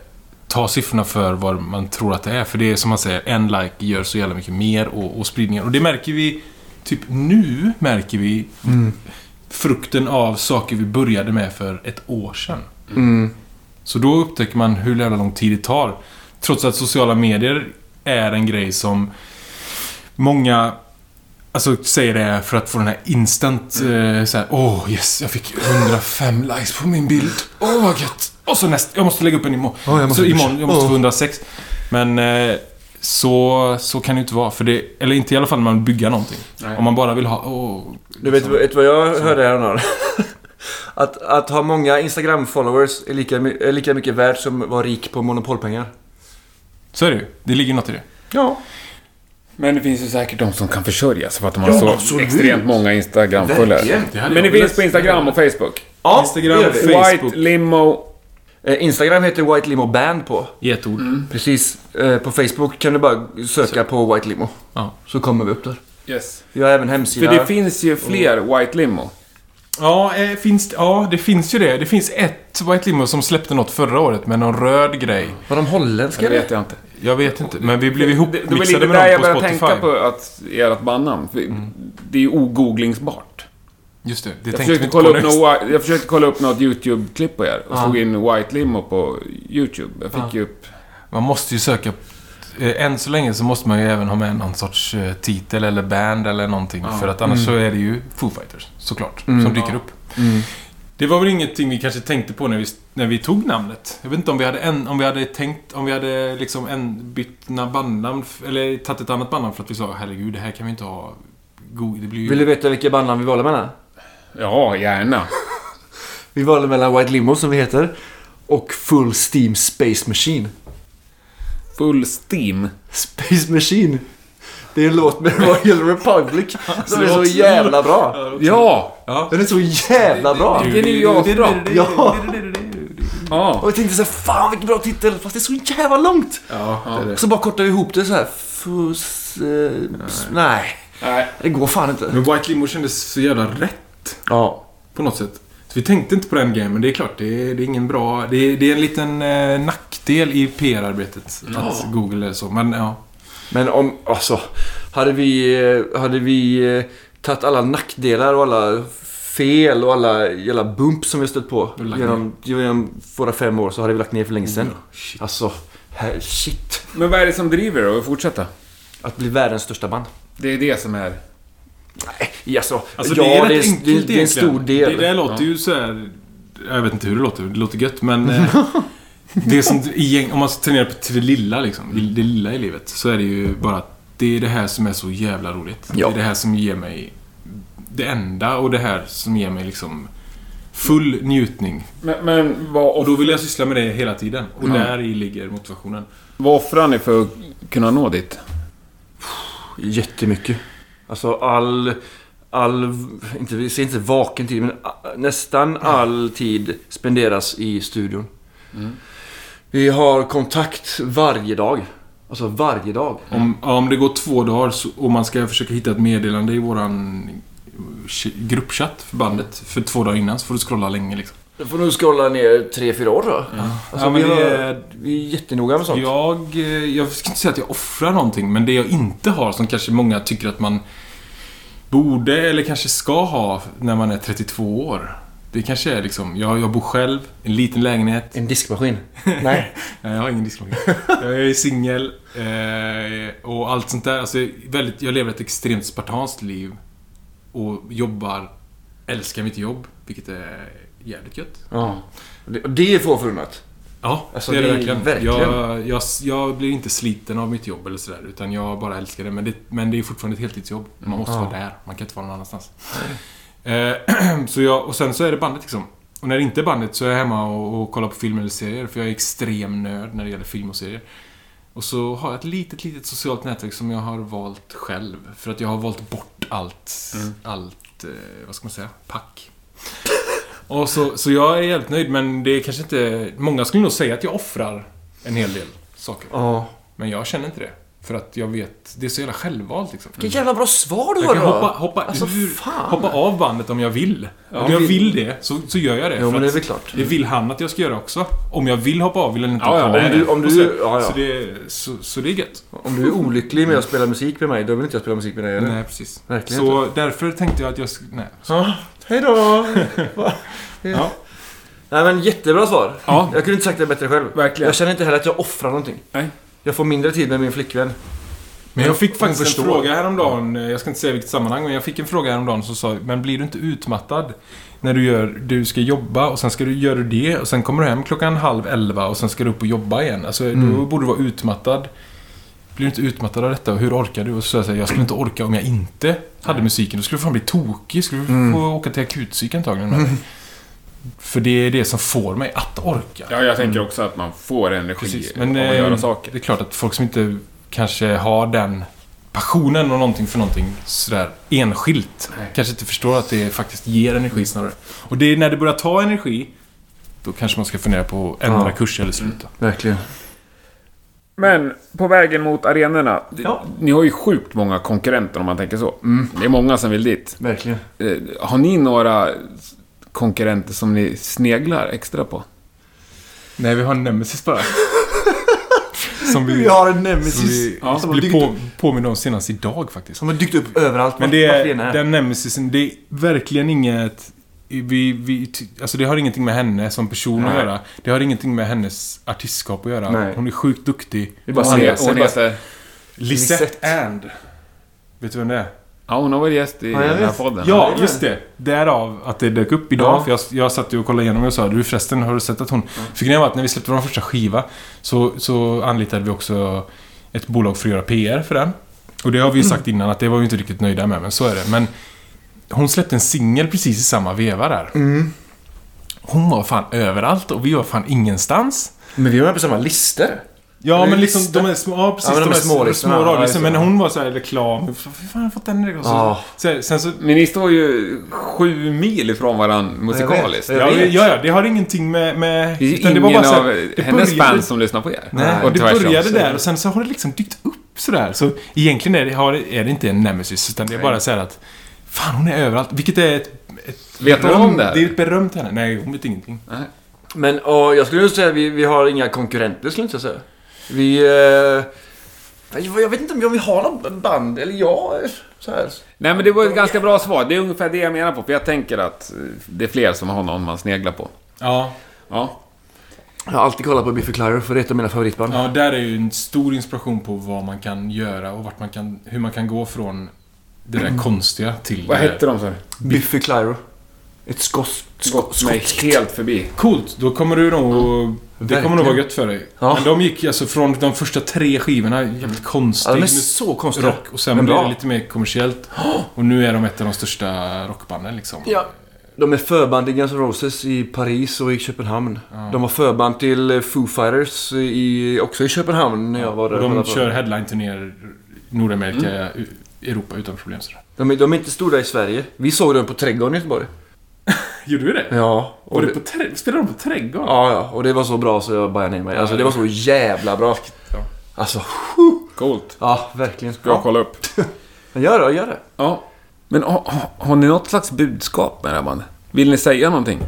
B: ta siffrorna för vad man tror att det är. För det är som man säger, en like gör så jävla mycket mer och, och spridningar. Och det märker vi, typ nu märker vi
A: Mm.
B: frukten av saker vi började med för ett år sedan. Så då upptäcker man hur jävla lång tid det tar. Trots att sociala medier är en grej som många Alltså säger det för att få den här instant
A: Mm.
B: eh, såhär, åh yes, jag fick 105 likes på min bild. Åh vad gött! Och så nästa, jag måste lägga upp en imorgon.
A: Åh, jag måste
B: så imorgon, jag måste
A: Åh.
B: få 106. Men eh, så, så kan det ju inte vara. För det, eller inte i alla fall när man vill bygga någonting. Om man bara vill ha, åh.
A: Du
C: Liksom.
A: vet, vet vad jag hörde häromdagen? [laughs] Att, att ha många Instagram-followers är lika, my- är lika mycket värt som att vara rik på monopolpengar.
B: Så är det ju. Det ligger något i det.
A: Ja.
C: Men det finns ju säkert de som kan försörja sig för att de har
A: Ja,
C: så
A: absolut.
C: extremt många Instagram-följare.
A: Verkligen.
C: Men det finns på Instagram och Facebook.
A: ja
B: Instagram,
A: det gör vi.
B: Facebook.
C: White Limo.
A: Eh, Instagram heter White Limo Band på.
B: I ett ord.
C: Mm.
A: Precis. Eh, På Facebook kan du bara söka på White Limo.
B: Ja.
A: Så kommer vi upp där.
C: Yes.
A: Vi har även
C: För
A: hemsida.
C: det finns ju fler
B: Mm.
C: White Limo.
B: Ja, eh, finns, det- ja, det finns ju det. Det finns ett White Limo som släppte något förra året med någon röd grej.
A: Var de holländska
C: Det
A: eller?
C: vet jag inte.
B: Jag vet inte, men vi blev
C: Det, det var
B: ihopmixade
C: lite
B: med
C: där
B: dem
C: jag
B: på
C: började
B: Spotify. Mm.
C: tänka på att ert bandnamn. för Det är ju ogooglingsbart.
B: Just det, det
C: Jag
B: tänkte vi
C: försökte,
B: inte
C: kolla
B: på
C: upp
B: nyss.
C: något, jag försökte kolla upp något YouTube-klipp på er och slog in White Limo på YouTube. Jag fick ju upp...
B: Man måste ju söka... eh, Än så länge så måste man ju även ha med någon sorts eh, titel eller band eller någonting. För att
A: Mm.
B: annars så är det ju Foo Fighters, såklart, som dyker upp. Det var väl ingenting vi kanske tänkte på när vi, när vi tog namnet. Jag vet inte om vi hade, en, om vi hade tänkt... Om vi hade liksom en, bytt na- bandnamn, f- eller tagit ett annat bandnamn för att vi sa herregud, det här kan vi inte ha... Go- Det blir ju...
A: Vill du veta vilka bandnamn vi valde mellan?
C: Ja, gärna.
A: Vi valde mellan White Limo som vi heter och Full Steam Space Machine.
C: Full steam.
A: Space Machine. Det är en låt med [laughs] Royal Republic som är så
B: låter-
A: jävla bra.
C: Ja!
B: Ja.
A: Den är så jävla bra.
C: Det är ju asbra.
A: Ja.
C: Ja.
A: Och jag tänkte så här, fan vilken bra titel fast det är så jävla långt.
B: Ja,
A: Så bara kortar vi ihop det så här. Fuss, eh, s- nej.
C: Nej.
A: det går fan inte.
B: Men White Limo kändes så jävla rätt.
A: Ja.
B: På något sätt. Så vi tänkte inte på den grejen, men det är klart, det är, det är ingen bra... Det är, det är en liten eh, nackdel i PR-arbetet att Google är så, men ja.
A: Men om, alltså. Hade vi, eh, hade vi eh, tagit alla nackdelar och alla fel och alla jävla bump som vi har stött på
B: Och lagt
A: genom, genom våra fem år så hade vi lagt ner för länge sedan.
B: Shit.
A: Alltså, här, shit.
C: Men vad är det som driver er att fortsätta?
A: Att bli världens största band.
C: Det är det som är...
A: Ja, Alltså,
B: Alltså,
A: ja,
B: det är, rätt
A: det, är
B: enkelt
A: det, är- det är en
B: egentligen.
A: stor del.
B: Det där låter ju så här... Jag vet inte hur det låter, det låter gött, men... [laughs] eh, det som, igen- om man ska träna på till det lilla, liksom, i- det lilla i livet, så är det ju bara att det är det här som är så jävla roligt.
A: Ja.
B: Det är det här som ger mig det enda och det här som ger mig liksom full njutning
C: Men, men vad,
B: Och
C: off-
B: då vill jag syssla med det hela tiden. Och där i ligger motivationen.
C: vad offrar ni för att kunna nå dit?
A: Jättemycket. Alltså all... All, inte, vi säger inte vaken tid, men a- nästan all tid spenderas i studion.
B: Mm.
A: Vi har kontakt varje dag. Alltså varje dag.
B: Om, ja, om det går två dagar så, och man ska försöka hitta ett meddelande i våran ch- gruppchatt för bandet för två dagar innan så får du scrolla länge liksom.
A: Du får nog scrolla ner tre, fyra år då. Alltså,
B: Ja, men
A: vi, har,
B: det
A: vi är jättenoga med sånt.
B: Jag, eh, jag ska inte säga att jag offrar någonting, men det jag inte har som kanske många tycker att man borde eller kanske ska ha när man är 32 år. Det kanske är liksom, jag, jag bor själv, en liten lägenhet.
A: En
B: [laughs]
A: diskmaskin? Nej.
B: Nej, Eh, jag har ingen diskmaskin. Jag är singel eh, och allt sånt där. Alltså, jag är väldigt, jag lever ett extremt spartanskt liv. Och jobbar, älskar mitt jobb, vilket är jävligt gött.
A: ja. Det, det är få förunnat.
B: Ja,
A: Alltså,
B: det är det
A: det är
B: verkligen.
A: verkligen.
B: Jag, jag, jag blir inte sliten av mitt jobb eller sådär, utan jag bara älskar det. Men det, men det är fortfarande ett heltidsjobb. Man måste
A: Ja.
B: vara där. Man kan inte vara någon annanstans. Eh, [clears throat] så jag, och sen så är det bandet liksom. Och när det inte är bandet så är jag hemma och, och kollar på film eller serier, för jag är extrem nörd när det gäller film och serier. Och så har jag ett litet, litet socialt nätverk som jag har valt själv. För att jag har valt bort allt,
A: Mm.
B: allt, eh, vad ska man säga, pack. Och så, så jag är helt nöjd, men det är kanske inte... Många skulle nog säga att jag offrar en hel del saker.
A: Ja.
B: Men jag känner inte det. För att jag vet, det är så jävla självvalt liksom.
A: Vilket jävla bra svar du
B: Jag
A: har
B: kan
A: då.
B: hoppa, hoppa,
A: Alltså,
B: ur,
A: fan.
B: hoppa av bandet om jag vill. om jag vill det, så, så gör jag det.
A: Jo,
B: För
A: men det är
B: att
A: väl klart.
B: Det vill han att jag ska göra också. Om jag vill hoppa av vill han inte
C: Ja, ja,
B: hoppa
C: nej,
B: av.
C: nej.
A: Om du- om du-
B: Och så,
A: ja, ja.
B: Så, det, så, så det är gött.
A: Om du är olycklig med att spela musik med mig, då vill inte jag spela musik med dig eller?
B: Nej, precis.
A: Verkligen
B: Så därför tänkte jag att jag sk- Nej.
A: Ja. Hej då!
B: Ja.
A: Nej men jättebra svar.
C: Ja.
A: Jag kunde inte sagt det bättre själv.
C: Verkligen.
A: Jag känner inte heller att jag offrar någonting.
C: Nej.
A: Jag får mindre tid med min flickvän.
B: [laughs] Men jag fick faktiskt
A: förstår.
B: en fråga häromdagen, eh, jag ska inte säga vilket sammanhang, men jag fick en fråga häromdagen som sa Men blir du inte utmattad när du gör, du ska jobba och sen ska du göra det och sen kommer du hem klockan halv elva och sen ska du upp och jobba igen. Alltså
A: Mm.
B: då borde du vara utmattad. Blir du inte utmattad av detta och hur orkar du? Och så sa jag så här, jag skulle inte orka om jag inte hade musiken. Då skulle du fan bli tokig. Skulle du
A: Mm.
B: få åka till akutpsyk antagligen
A: [laughs]
B: med dig. För det är det som får mig att orka.
C: Ja, jag tänker också att man får energi
B: Precis,
C: av
B: men
C: att
B: eh,
C: göra saker.
B: det är klart att folk som inte kanske har den passionen och någonting för någonting sådär enskilt kanske inte förstår att det faktiskt ger energi snarare. Och det är när det börjar ta energi då kanske man ska fundera på att ändra
A: Ja. Mm.
B: kurs eller sluta.
A: Verkligen.
C: Men på vägen mot arenorna. det-
A: Ja.
C: Ni har ju sjukt många konkurrenter om man tänker så. Mm. Det är många som vill dit.
A: Verkligen.
C: Eh, Har ni några konkurrenter som ni sneglar extra på?
B: Nej, vi har en nemesis bara. [laughs] som vi,
A: Vi har en
B: som
A: nemesis
B: vi
A: som, har
B: blev
A: dykt upp,
B: på, påminna om senast idag faktiskt.
A: som har dykt upp överallt.
B: Men det
A: Vart vi än
B: är, den nemesisen, det är verkligen inget... Vi, vi, ty- alltså det har ingenting med henne som person att
C: Nej.
B: göra. Det har ingenting med hennes artistskap att göra.
A: Nej.
B: Hon är sjukt duktig.
A: Vi bara
B: Hon
A: ser-
B: är-
A: hon är-
C: heter...
B: Lisette And. Vet du vem det är?
C: Ja, hon har varit gäst i
A: Ja, jag
C: den här
A: vet.
C: podden.
B: Ja,
A: det är
B: just det. Därav att det dök upp idag.
A: Ja.
B: För jag, jag satt ju och kollade igenom och sa du förresten, har du sett att hon... För grejen var att när vi släppte vår första skiva så, så anlitade vi också ett bolag för att göra PR för den. Och det har vi ju sagt innan att det var vi inte riktigt nöjda med, men så är det. Men hon släppte en singel precis i samma veva där. Hon var fan överallt och vi var fan ingenstans.
A: Men vi var med på samma listor.
B: Ja,
A: Eller
B: men liksom
A: listor.
B: de är små, ja, precis,
A: Ja, men
B: de, är liksom. små,
A: listorna.
B: små
A: Ja,
B: radiolistor.
A: just det.
B: men hon var så här reklam. Hur fan har jag fått den regeln?
A: Ja.
B: Sen, sen så...
C: Men ni står ju sju mil ifrån varandra musikaliskt.
A: Jag
B: Ja,
A: vet.
B: ja, ja, det har ingenting med... med
C: Det är ju
B: utan
C: ingen
B: så här,
C: av
B: det
C: hennes
B: började-
C: fans som lyssnar på er.
B: Nej,
C: och
B: det
C: tvärtom.
B: började där och sen så har det liksom dykt upp sådär. Så egentligen är det, har, det- är det inte en nemesis, utan det är bara så här att... Fan, hon är överallt. Vilket är ett... ett
C: Vet hon
B: beröm-
C: om det här?
B: Det är ett beröm till henne. Nej, hon vet ingenting.
C: Nej.
A: Men och jag skulle nog säga att vi, vi har inga konkurrenter skulle inte jag säga. Vi... Eh, jag jag vet inte om jag vill ha något band, eller jag... eh, Så här.
C: Nej, men det var ett ganska bra svar. Det är ungefär det jag menar på. För jag tänker att eh, det är fler som har någon man sneglar på.
B: Ja,
C: Ja.
A: Jag har alltid kollat på Biffy Clyro, för det är ett av mina favoritband.
B: Ja, där är ju en stor inspiration på vad man kan göra och vart man kan, hur man kan gå från det där konstiga till...
C: Vad hette de, sa du?
A: Biffy Clyro. Ett skotskt...
C: Gått mig helt förbi.
B: Coolt, då kommer du nog... Det kommer
A: Verkligen.
B: nog vara gött för dig.
A: Ja.
B: Men de gick alltså från de första tre skivorna, jävligt konstig
A: Ja, de är
B: musik-
A: så konstiga.
B: rock och sen
A: Men
B: blev
A: bra.
B: det lite mer kommersiellt. [gasps] Och nu är de ett av de största rockbanden liksom.
A: Ja. De är förband till Guns N' Roses i Paris och i Köpenhamn. De var förband till eh, Foo Fighters i, också i Köpenhamn när jag var där.
B: Och de
A: kollade på.
B: kör headline-turnéer Nordamerika, U- Europa utan problem. Sådär.
A: De, är- de är inte stora i Sverige. Vi såg dem på Trädgården i Göteborg.
B: Gjorde du det?
A: Ja.
B: Var
A: Och
B: det
A: det,
B: på trä- Spelade de på trädgården?
A: ja, ja. Och det var så bra så jag bajade ner mig. Alltså det var så jävla bra.
B: Ja.
A: Alltså,
C: Coolt.
A: ja verkligen.
C: Bra,
A: Ja.
C: kolla upp.
A: Men gör det, gör det.
C: Ja. Men har, har- har ni något slags budskap med det här bandet? Vill ni säga någonting?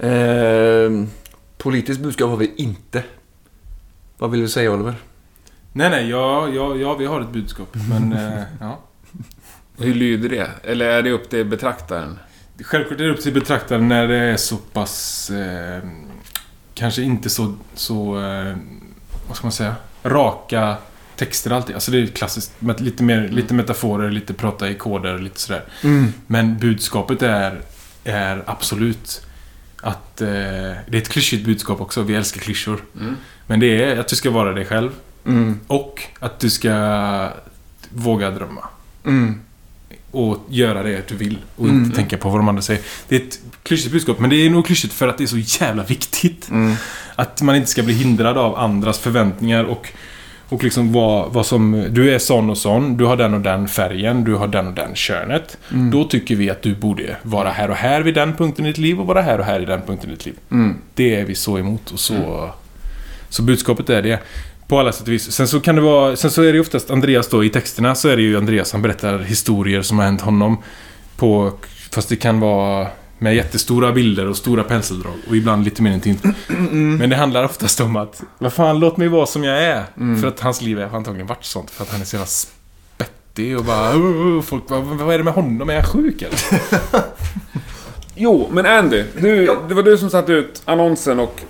A: Ehm, politiskt budskap har vi inte. Vad vill du säga Oliver?
B: Nej, nej, ja, ja, ja, vi har ett [laughs] budskap. Men, eh, ja.
C: Och Hur lyder det? Eller är det upp till betraktaren?
B: Självklart är det upp till betraktaren när det är så pass... Eh, kanske inte så... så eh, vad ska man säga? Raka texter alltid. Alltså det är ju klassiskt. Med lite, mer, lite metaforer, lite prata i koder, lite sådär.
A: Hum,
B: Men budskapet är, är absolut att... Eh, det är ett klyschigt budskap också. Vi älskar klyschor. Men det är att du ska vara dig själv.
A: Mm.
B: Och att du ska våga drömma
A: Mm.
B: och göra det du vill och inte tänka på vad de andra säger. Det är ett klyschigt budskap, men det är nog klyschigt för att det är så jävla viktigt. Att man inte ska bli hindrad av andras förväntningar och, och liksom vad, vad som... Du är sån och sån, du har den och den färgen, du har den och den könet. Då tycker vi att du borde vara här och här vid den punkten i ditt liv och vara här och här i den punkten i ditt liv. Det är vi så emot och så... Så budskapet är det. På alla sätt och vis. Sen så kan det vara... Sen så är det ju oftast Andreas då i texterna så är det ju Andreas som berättar historier som har hänt honom. På... Fast det kan vara med jättestora bilder och stora penseldrag och ibland lite mer intimt. Men det handlar oftast om att Vad fan, låt mig vara som jag är. För att hans liv har antagligen varit sånt. För att han är så jävla spettig och bara... "Åh, Folk bara, "Vad- vad är det med honom? Är han sjuk eller?
C: Jo, men Andy. Du, det var du som satte ut annonsen och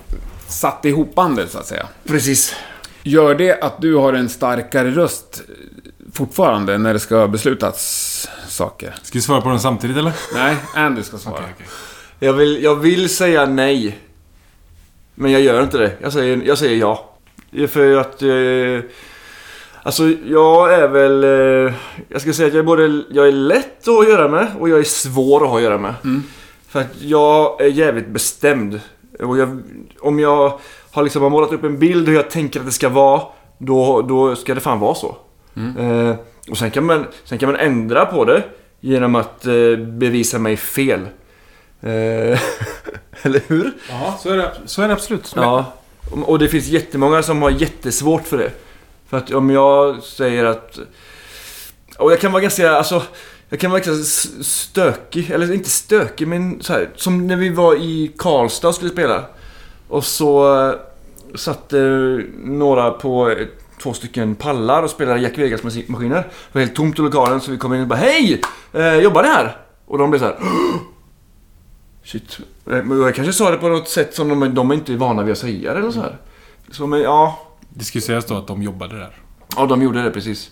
C: satte ihop bandet så att säga.
A: Precis.
C: Gör det att du har en starkare röst fortfarande när det ska beslutas saker?
B: Ska vi svara på den samtidigt eller?
C: Nej, Andy ska svara.
A: Jag vill, jag vill säga nej. Men jag gör inte det. Jag säger, jag säger ja. Det är För att... Eh, alltså jag är väl... Eh, jag ska säga att jag är både... Jag är lätt att göra med och jag är svår att ha att göra med. För att jag är jävligt bestämd. Och jag, om jag har liksom har målat upp en bild hur jag tänker att det ska vara. Då, då ska det fan vara så. Eh, och sen kan, man, sen kan man ändra på det genom att eh, bevisa mig fel. Eh, [laughs] Eller hur?
B: Ja, så är det, så är det absolut.
A: Ja. Och det finns jättemånga som har jättesvårt för det. För att om jag säger att... Och jag kan vara ganska, alltså... Jag kan vara ganska s- stökig. Eller inte stökig, men så här. Som när vi var i Karlstad och skulle spela. Och så eh, satt eh, några på eh, två stycken pallar och spelade Jack Vegas musikmaskiner. Det var helt tomt i lokalen så vi kom in och bara Hej! Eh, jobbar ni här? Och de blev så här Shit. Eh, men Jag kanske sa det på något sätt som de, de inte är vana vid att säga det eller så här. Så men ja,
B: Det ska ju sägas då att de jobbade där.
A: ja de gjorde det precis.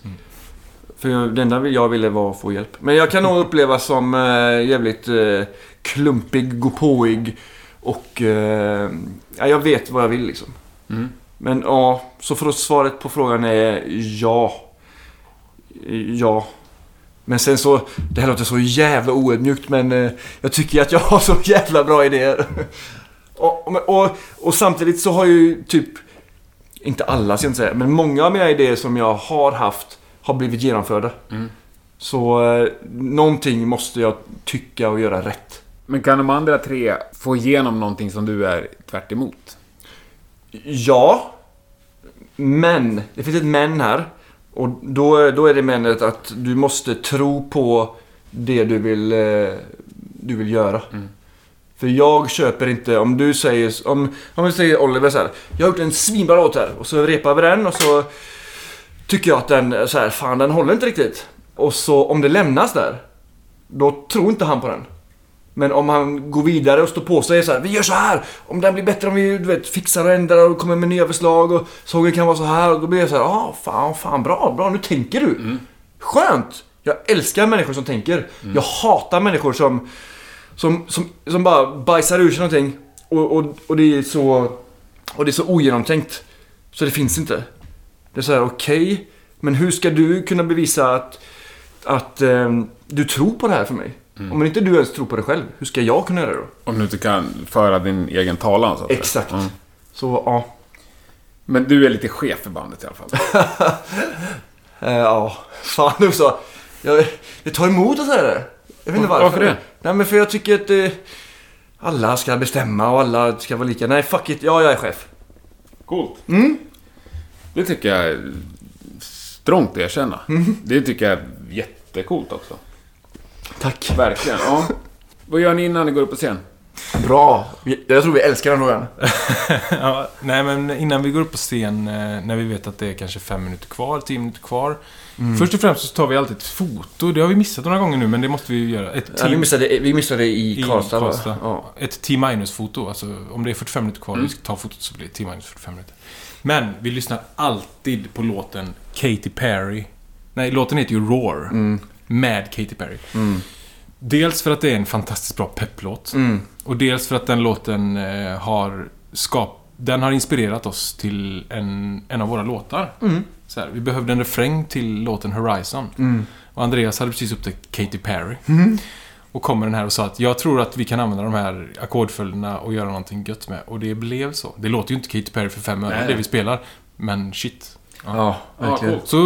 A: För jag- det enda jag ville var att få hjälp. Men jag kan nog upplevas som eh, jävligt eh, klumpig, gåpåig och... Eh, ja, jag vet vad jag vill liksom.
C: Mm.
A: Men ja, så för att svaret på frågan är ja. Ja. Men sen så, det här låter så jävla oödmjukt men eh, jag tycker att jag har så jävla bra idéer. [laughs] och, och, men- och, och samtidigt så har ju typ, inte alla ska jag inte säga, men många av mina idéer som jag har haft har blivit genomförda.
C: Mm.
A: Så eh, någonting måste jag tycka och göra rätt.
C: Men kan de andra tre få igenom någonting som du är tvärt emot?
A: Ja. Men. Det finns ett men här. Och då, då är det menet att du måste tro på det du vill, eh, du vill göra. För jag köper inte, om du säger, om, om vi säger Oliver så här. Jag har gjort en svinbra låt här och så repar vi den och så tycker jag att den, är så här, fan den håller inte riktigt. Och så om det lämnas där, då tror inte han på den. Men om han går vidare och står på sig så här, vi gör så här! Om den blir bättre om vi du vet, fixar och ändrar och kommer med nya förslag och sången kan vara så här. Och då blir jag så här, ah fan, fan bra, bra, nu tänker du! Skönt! Jag älskar människor som tänker. Jag hatar människor som, som, som, som bara bajsar ur sig någonting och, och, och, det är så, och det är så ogenomtänkt. Så det finns inte. Det är så här, okej, men hur ska du kunna bevisa att, att ehm, du tror på det här för mig? Om inte du ens tror på det själv, hur ska jag kunna göra det då?
C: Om du inte kan föra din egen talan så att säga.
A: Exakt.
C: Mm.
A: Så ja.
C: Men du är lite chef för bandet i alla fall.
A: Eh, ja, fan också. Jag, det tar emot att säga det. Jag vet inte varför.
C: varför det?
A: Nej, men för jag tycker att eh, alla ska bestämma och alla ska vara lika. Nej, fuck it. Ja, jag är chef.
C: Coolt. Det tycker jag är strångt att erkänna. Det tycker jag är jättecoolt också.
A: Tack.
C: Verkligen. Ja. Vad gör ni innan ni går upp på scen?
A: Bra. Vi- Jag tror vi älskar den frågan.
B: [laughs] ja, nej, men innan vi går upp på scen, eh, när vi vet att det är kanske fem minuter kvar, tio minuter kvar. Först och främst så tar vi alltid ett foto. Det har vi missat några gånger nu, men det måste vi ju göra. Ett
A: Ja, vi,
B: team-
A: missade, vi missade i
B: i
A: Karlstad, va?
B: Karlstad.
A: Ja. Mm.
B: Ett T-minus-foto. Alltså, om det är 45 minuter kvar och vi ska ta fotot så blir det T-minus 45 minuter. Men vi lyssnar alltid på låten Katy Perry. Nej, låten heter ju Roar.
A: Mm.
B: Med Katy Perry. Dels för att det är en fantastiskt bra pepplåt.
A: Mm.
B: Och dels för att den låten eh, har skap... Den har inspirerat oss till en, en av våra låtar.
A: Mm.
B: Så här, vi behövde en refräng till låten Horizon.
A: Mm.
B: Och Andreas hade precis upptäckt Katy Perry. Och kommer den här och sa att jag tror att vi kan använda de här ackordföljderna och göra någonting gött med. Och det blev så. Det låter ju inte Katy Perry för fem öre,
C: Nej.
B: det vi spelar. Men shit.
A: Ja, verkligen.
C: coolt.
B: Så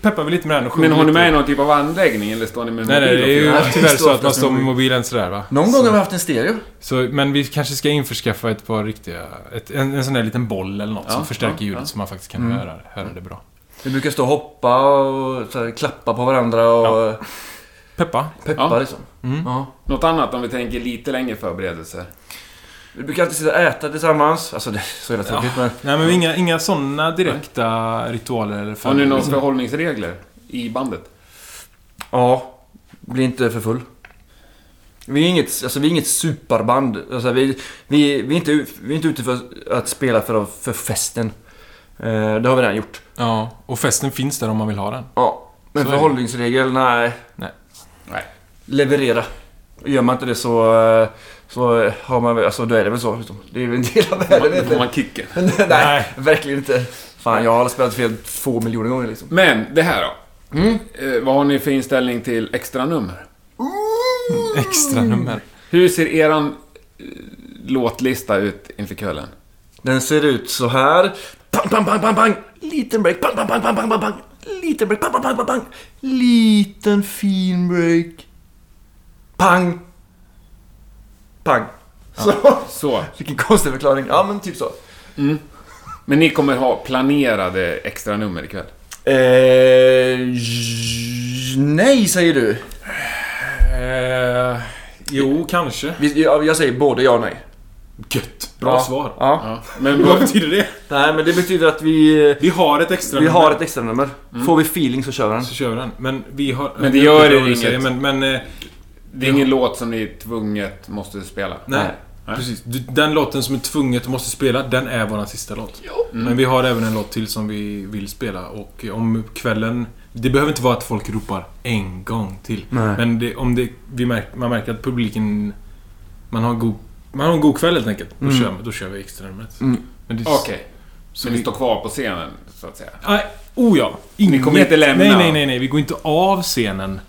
B: peppar vi lite med den och sjunger
C: Men har ni
B: lite.
C: med er någon typ av anläggning eller står ni med
B: Nej, nej, det är
A: Ja,
B: ju
A: det
B: tyvärr så
A: står
B: att man
A: oftast
B: står med
A: mobil.
B: mobilen sådär va.
A: Någon
B: så.
A: gång har vi haft en stereo.
B: Så, men vi kanske ska införskaffa ett par riktiga... Ett, en, en sån där liten boll eller något
C: Ja,
B: som förstärker
C: ja,
B: ljudet
C: ja. Mm.
B: så man faktiskt kan höra, höra det bra.
A: Vi brukar stå och hoppa och så här, klappa på varandra och eh,
B: Peppa?
A: peppa
C: Ja.
A: liksom. Ja.
C: Något annat om vi tänker lite längre förberedelser?
A: Vi brukar alltid sitta och äta tillsammans. Alltså det är så jävla tråkigt men...
B: Nej, men inga, inga sådana direkta ritualer eller
C: Har ni några
B: förberedelser.
C: förhållningsregler i bandet?
A: Ja. Bli inte för full. Vi är inget, alltså, vi är inget superband. Alltså, vi, vi, vi, är inte, u- vi är inte ute för att spela för, för festen. Eh, det har vi redan gjort.
B: Ja, och festen finns där om man vill ha den.
A: Ja. Men
B: Så är det.
A: förhållningsregel, nej.
C: Nej.
A: Leverera. Gör man inte det så... eh, Så har man väl- alltså då är det väl så. liksom. Det är väl en del av världen.
C: Då
A: vet du. eh,
C: får man kicken.
A: nej,
B: Nej.
A: verkligen inte. Fan, jag har spelat fel två miljoner gånger liksom.
C: Men det här då? Eh, vad har ni för inställning till extra nummer?
B: Extra nummer.
C: Hur ser eran eh, låtlista ut inför kvällen?
A: Den ser ut så här. Pang, pang, pang, pang, pang. Liten break. Pang, pang, pang, pang, pang, pang, pang. Liten break. Pang, pang, pang, pang, pang. Liten fin break. Pang. Pang. Så. [laughs]
C: Så.
A: Vilken konstig förklaring. Ja, men typ så.
C: Men ni kommer ha planerade extra nummer ikväll?
A: Eh, j- nej, säger du.
B: Eh, jo, kanske.
A: Vi- Jag, jag säger både ja och nej.
B: Gött.
A: ja.
B: Bra svar.
A: Ja.
C: Ja.
B: [laughs]
C: Men
B: Vad
C: vad,
B: betyder det?
A: Nej, men det betyder att vi... eh,
B: Vi har ett extra
A: Vi
B: nummer.
A: har ett extranummer.
B: Mm.
A: Får vi feeling så kör vi den.
B: Så kör vi den. Men vi har...
C: Men det
B: jag
C: gör
B: vet inte
C: det
B: vad du
C: inget.
B: säger, Men, men eh,
C: det är ingen låt som ni tvunget måste spela?
B: Nej,
C: Nej.
B: precis. Du- Den låten som är tvunget och måste spela, den är våran sista låt. Men vi har även en låt till som vi vill spela och om kvällen... Det behöver inte vara att folk ropar en gång till.
A: Nej.
B: Men det, om det, vi märk, man märker att publiken... Man har en god, man har en god kväll helt enkelt. Då,
A: Mm.
B: kör, då kör vi extra numret.
A: Mm.
B: Men det,
C: Okej.
B: Så
C: Så
B: vi,
C: ni står kvar på scenen, så att säga?
B: nej, oh ja. Inget,
C: kommer inte lämna.
B: Nej, nej, nej, nej. Vi går inte av scenen.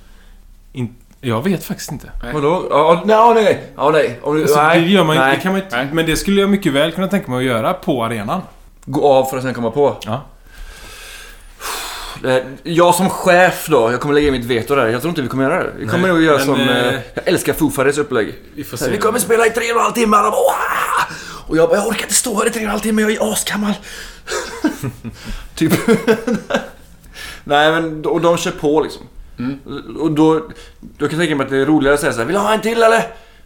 B: In, jag vet faktiskt inte.
A: Vadå? Ja, ja, nej, nej. Ja, nej. Om du-
B: Alltså,
A: nej.
B: det gör man, ju-
A: nej.
B: det kan man ju inte,
C: Nej.
B: men det skulle jag mycket väl kunna tänka mig att göra på arenan.
A: Gå av för att sen komma på.
B: Ja.
A: Eh, Jag som chef då, jag kommer lägga in mitt veto där. Jag tror inte vi kommer göra det. Vi kommer
B: Nej,
A: nog göra
B: men,
A: som...
B: eh,
A: eh, Jag älskar Foo Fighters upplägg.
B: Vi får
A: Så här,
B: se.
A: Vi kommer spela i tre och en halv timme. Alla bara, "Wah!" och jag bara, jag orkar inte stå här i tre och en halv timme, jag är asgammal. [laughs] typ. [laughs] Nej men, och de kör på liksom.
B: Mm.
A: Och då, då kan jag tänka mig att det är roligare att säga så här, vill du ha en till eller?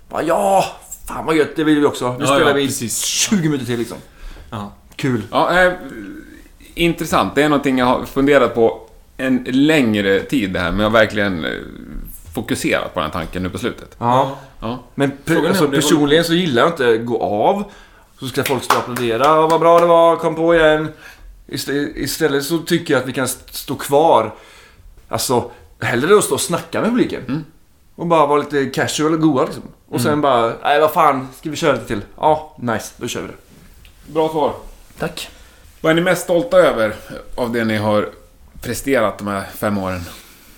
A: Bara, ja, fan vad gött, det vill vi också. Nu
B: Ja,
A: spelar
B: ja,
A: vi
B: precis.
A: 20 minuter till liksom.
B: Ja.
A: Kul.
C: Ja, eh, intressant. Det är någonting jag har funderat på en längre tid det här, men jag har verkligen eh, fokuserat på den här tanken nu på slutet.
A: Ja.
C: Ja.
A: Men
B: Frågan
A: pe-
B: är
A: alltså,
B: om det var-
A: personligen så gillar jag inte gå av. Så ska folk stå och applådera. "Ah, Vad bra det var, kom på igen. Ist- Istället så tycker jag att vi kan st- stå kvar. Alltså, hellre att stå och snacka med publiken.
B: Mm.
A: Och bara vara lite casual och goa liksom. Och sen bara, nej vad fan, ska vi köra lite till? Ja, nice, då kör vi det.
C: Bra svar.
A: Tack.
C: Vad är ni mest stolta över av det ni har presterat de här fem åren?